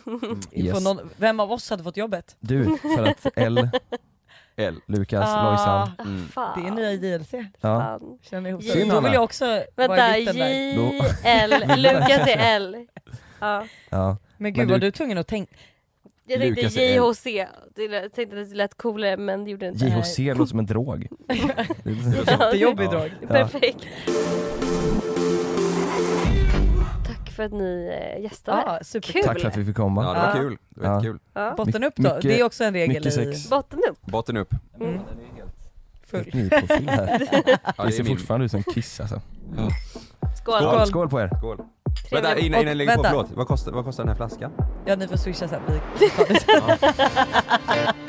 Speaker 5: Yes.
Speaker 1: Får någon, vem av oss hade fått jobbet?
Speaker 5: Du, för att L,
Speaker 6: L.
Speaker 5: Lukas,
Speaker 1: Ah.
Speaker 5: Lojsan.
Speaker 2: Ah,
Speaker 6: Mm.
Speaker 2: Fan.
Speaker 1: Det är nya JLC,
Speaker 5: Ja.
Speaker 2: Fan.
Speaker 1: känner ihop
Speaker 2: Synd,
Speaker 1: sig. Då
Speaker 5: Anna.
Speaker 1: vill jag också vara
Speaker 2: Vänta,
Speaker 1: i mitten där.
Speaker 2: J,
Speaker 5: Då-
Speaker 2: L, Lukas är L. Ja.
Speaker 5: ja.
Speaker 1: Men gud
Speaker 5: Men du-
Speaker 1: var du tvungen att tänka.
Speaker 2: Jag tänkte
Speaker 6: Lukas är L.
Speaker 2: JHC, Det lät- jag tänkte att det lät coolare men det gjorde det inte.
Speaker 6: Eh,
Speaker 5: JHC låter som en drog.
Speaker 1: Jättejobbig
Speaker 5: Ja.
Speaker 1: drag.
Speaker 2: Perfekt. Tack för att ni eh, gästade.
Speaker 1: Ja, superkul.
Speaker 2: Kul.
Speaker 5: Tack för att vi fick komma.
Speaker 6: Ja det var
Speaker 1: Ja.
Speaker 6: kul, det var
Speaker 5: Ja.
Speaker 6: jättekul.
Speaker 2: Ja.
Speaker 1: Botten upp då,
Speaker 5: Mycket-
Speaker 1: det är också en regel i
Speaker 5: mycket sex.
Speaker 2: Botten upp.
Speaker 6: Botten upp.
Speaker 1: Mm. Full.
Speaker 5: Ni är på film här.
Speaker 6: Ja,
Speaker 5: Det
Speaker 6: det är
Speaker 5: ser
Speaker 6: min.
Speaker 5: fortfarande ut som Kiss alltså.
Speaker 2: Skål.
Speaker 6: Skål.
Speaker 5: Skål, skål på er.
Speaker 6: Skål.
Speaker 2: Trevlig-
Speaker 6: Vänta, innan, innan jag lägger på,
Speaker 1: Vänta.
Speaker 6: förlåt. Vad kostar, vad kostar den här flaskan?
Speaker 1: Ja ni får swisha sen, vi tar det sen.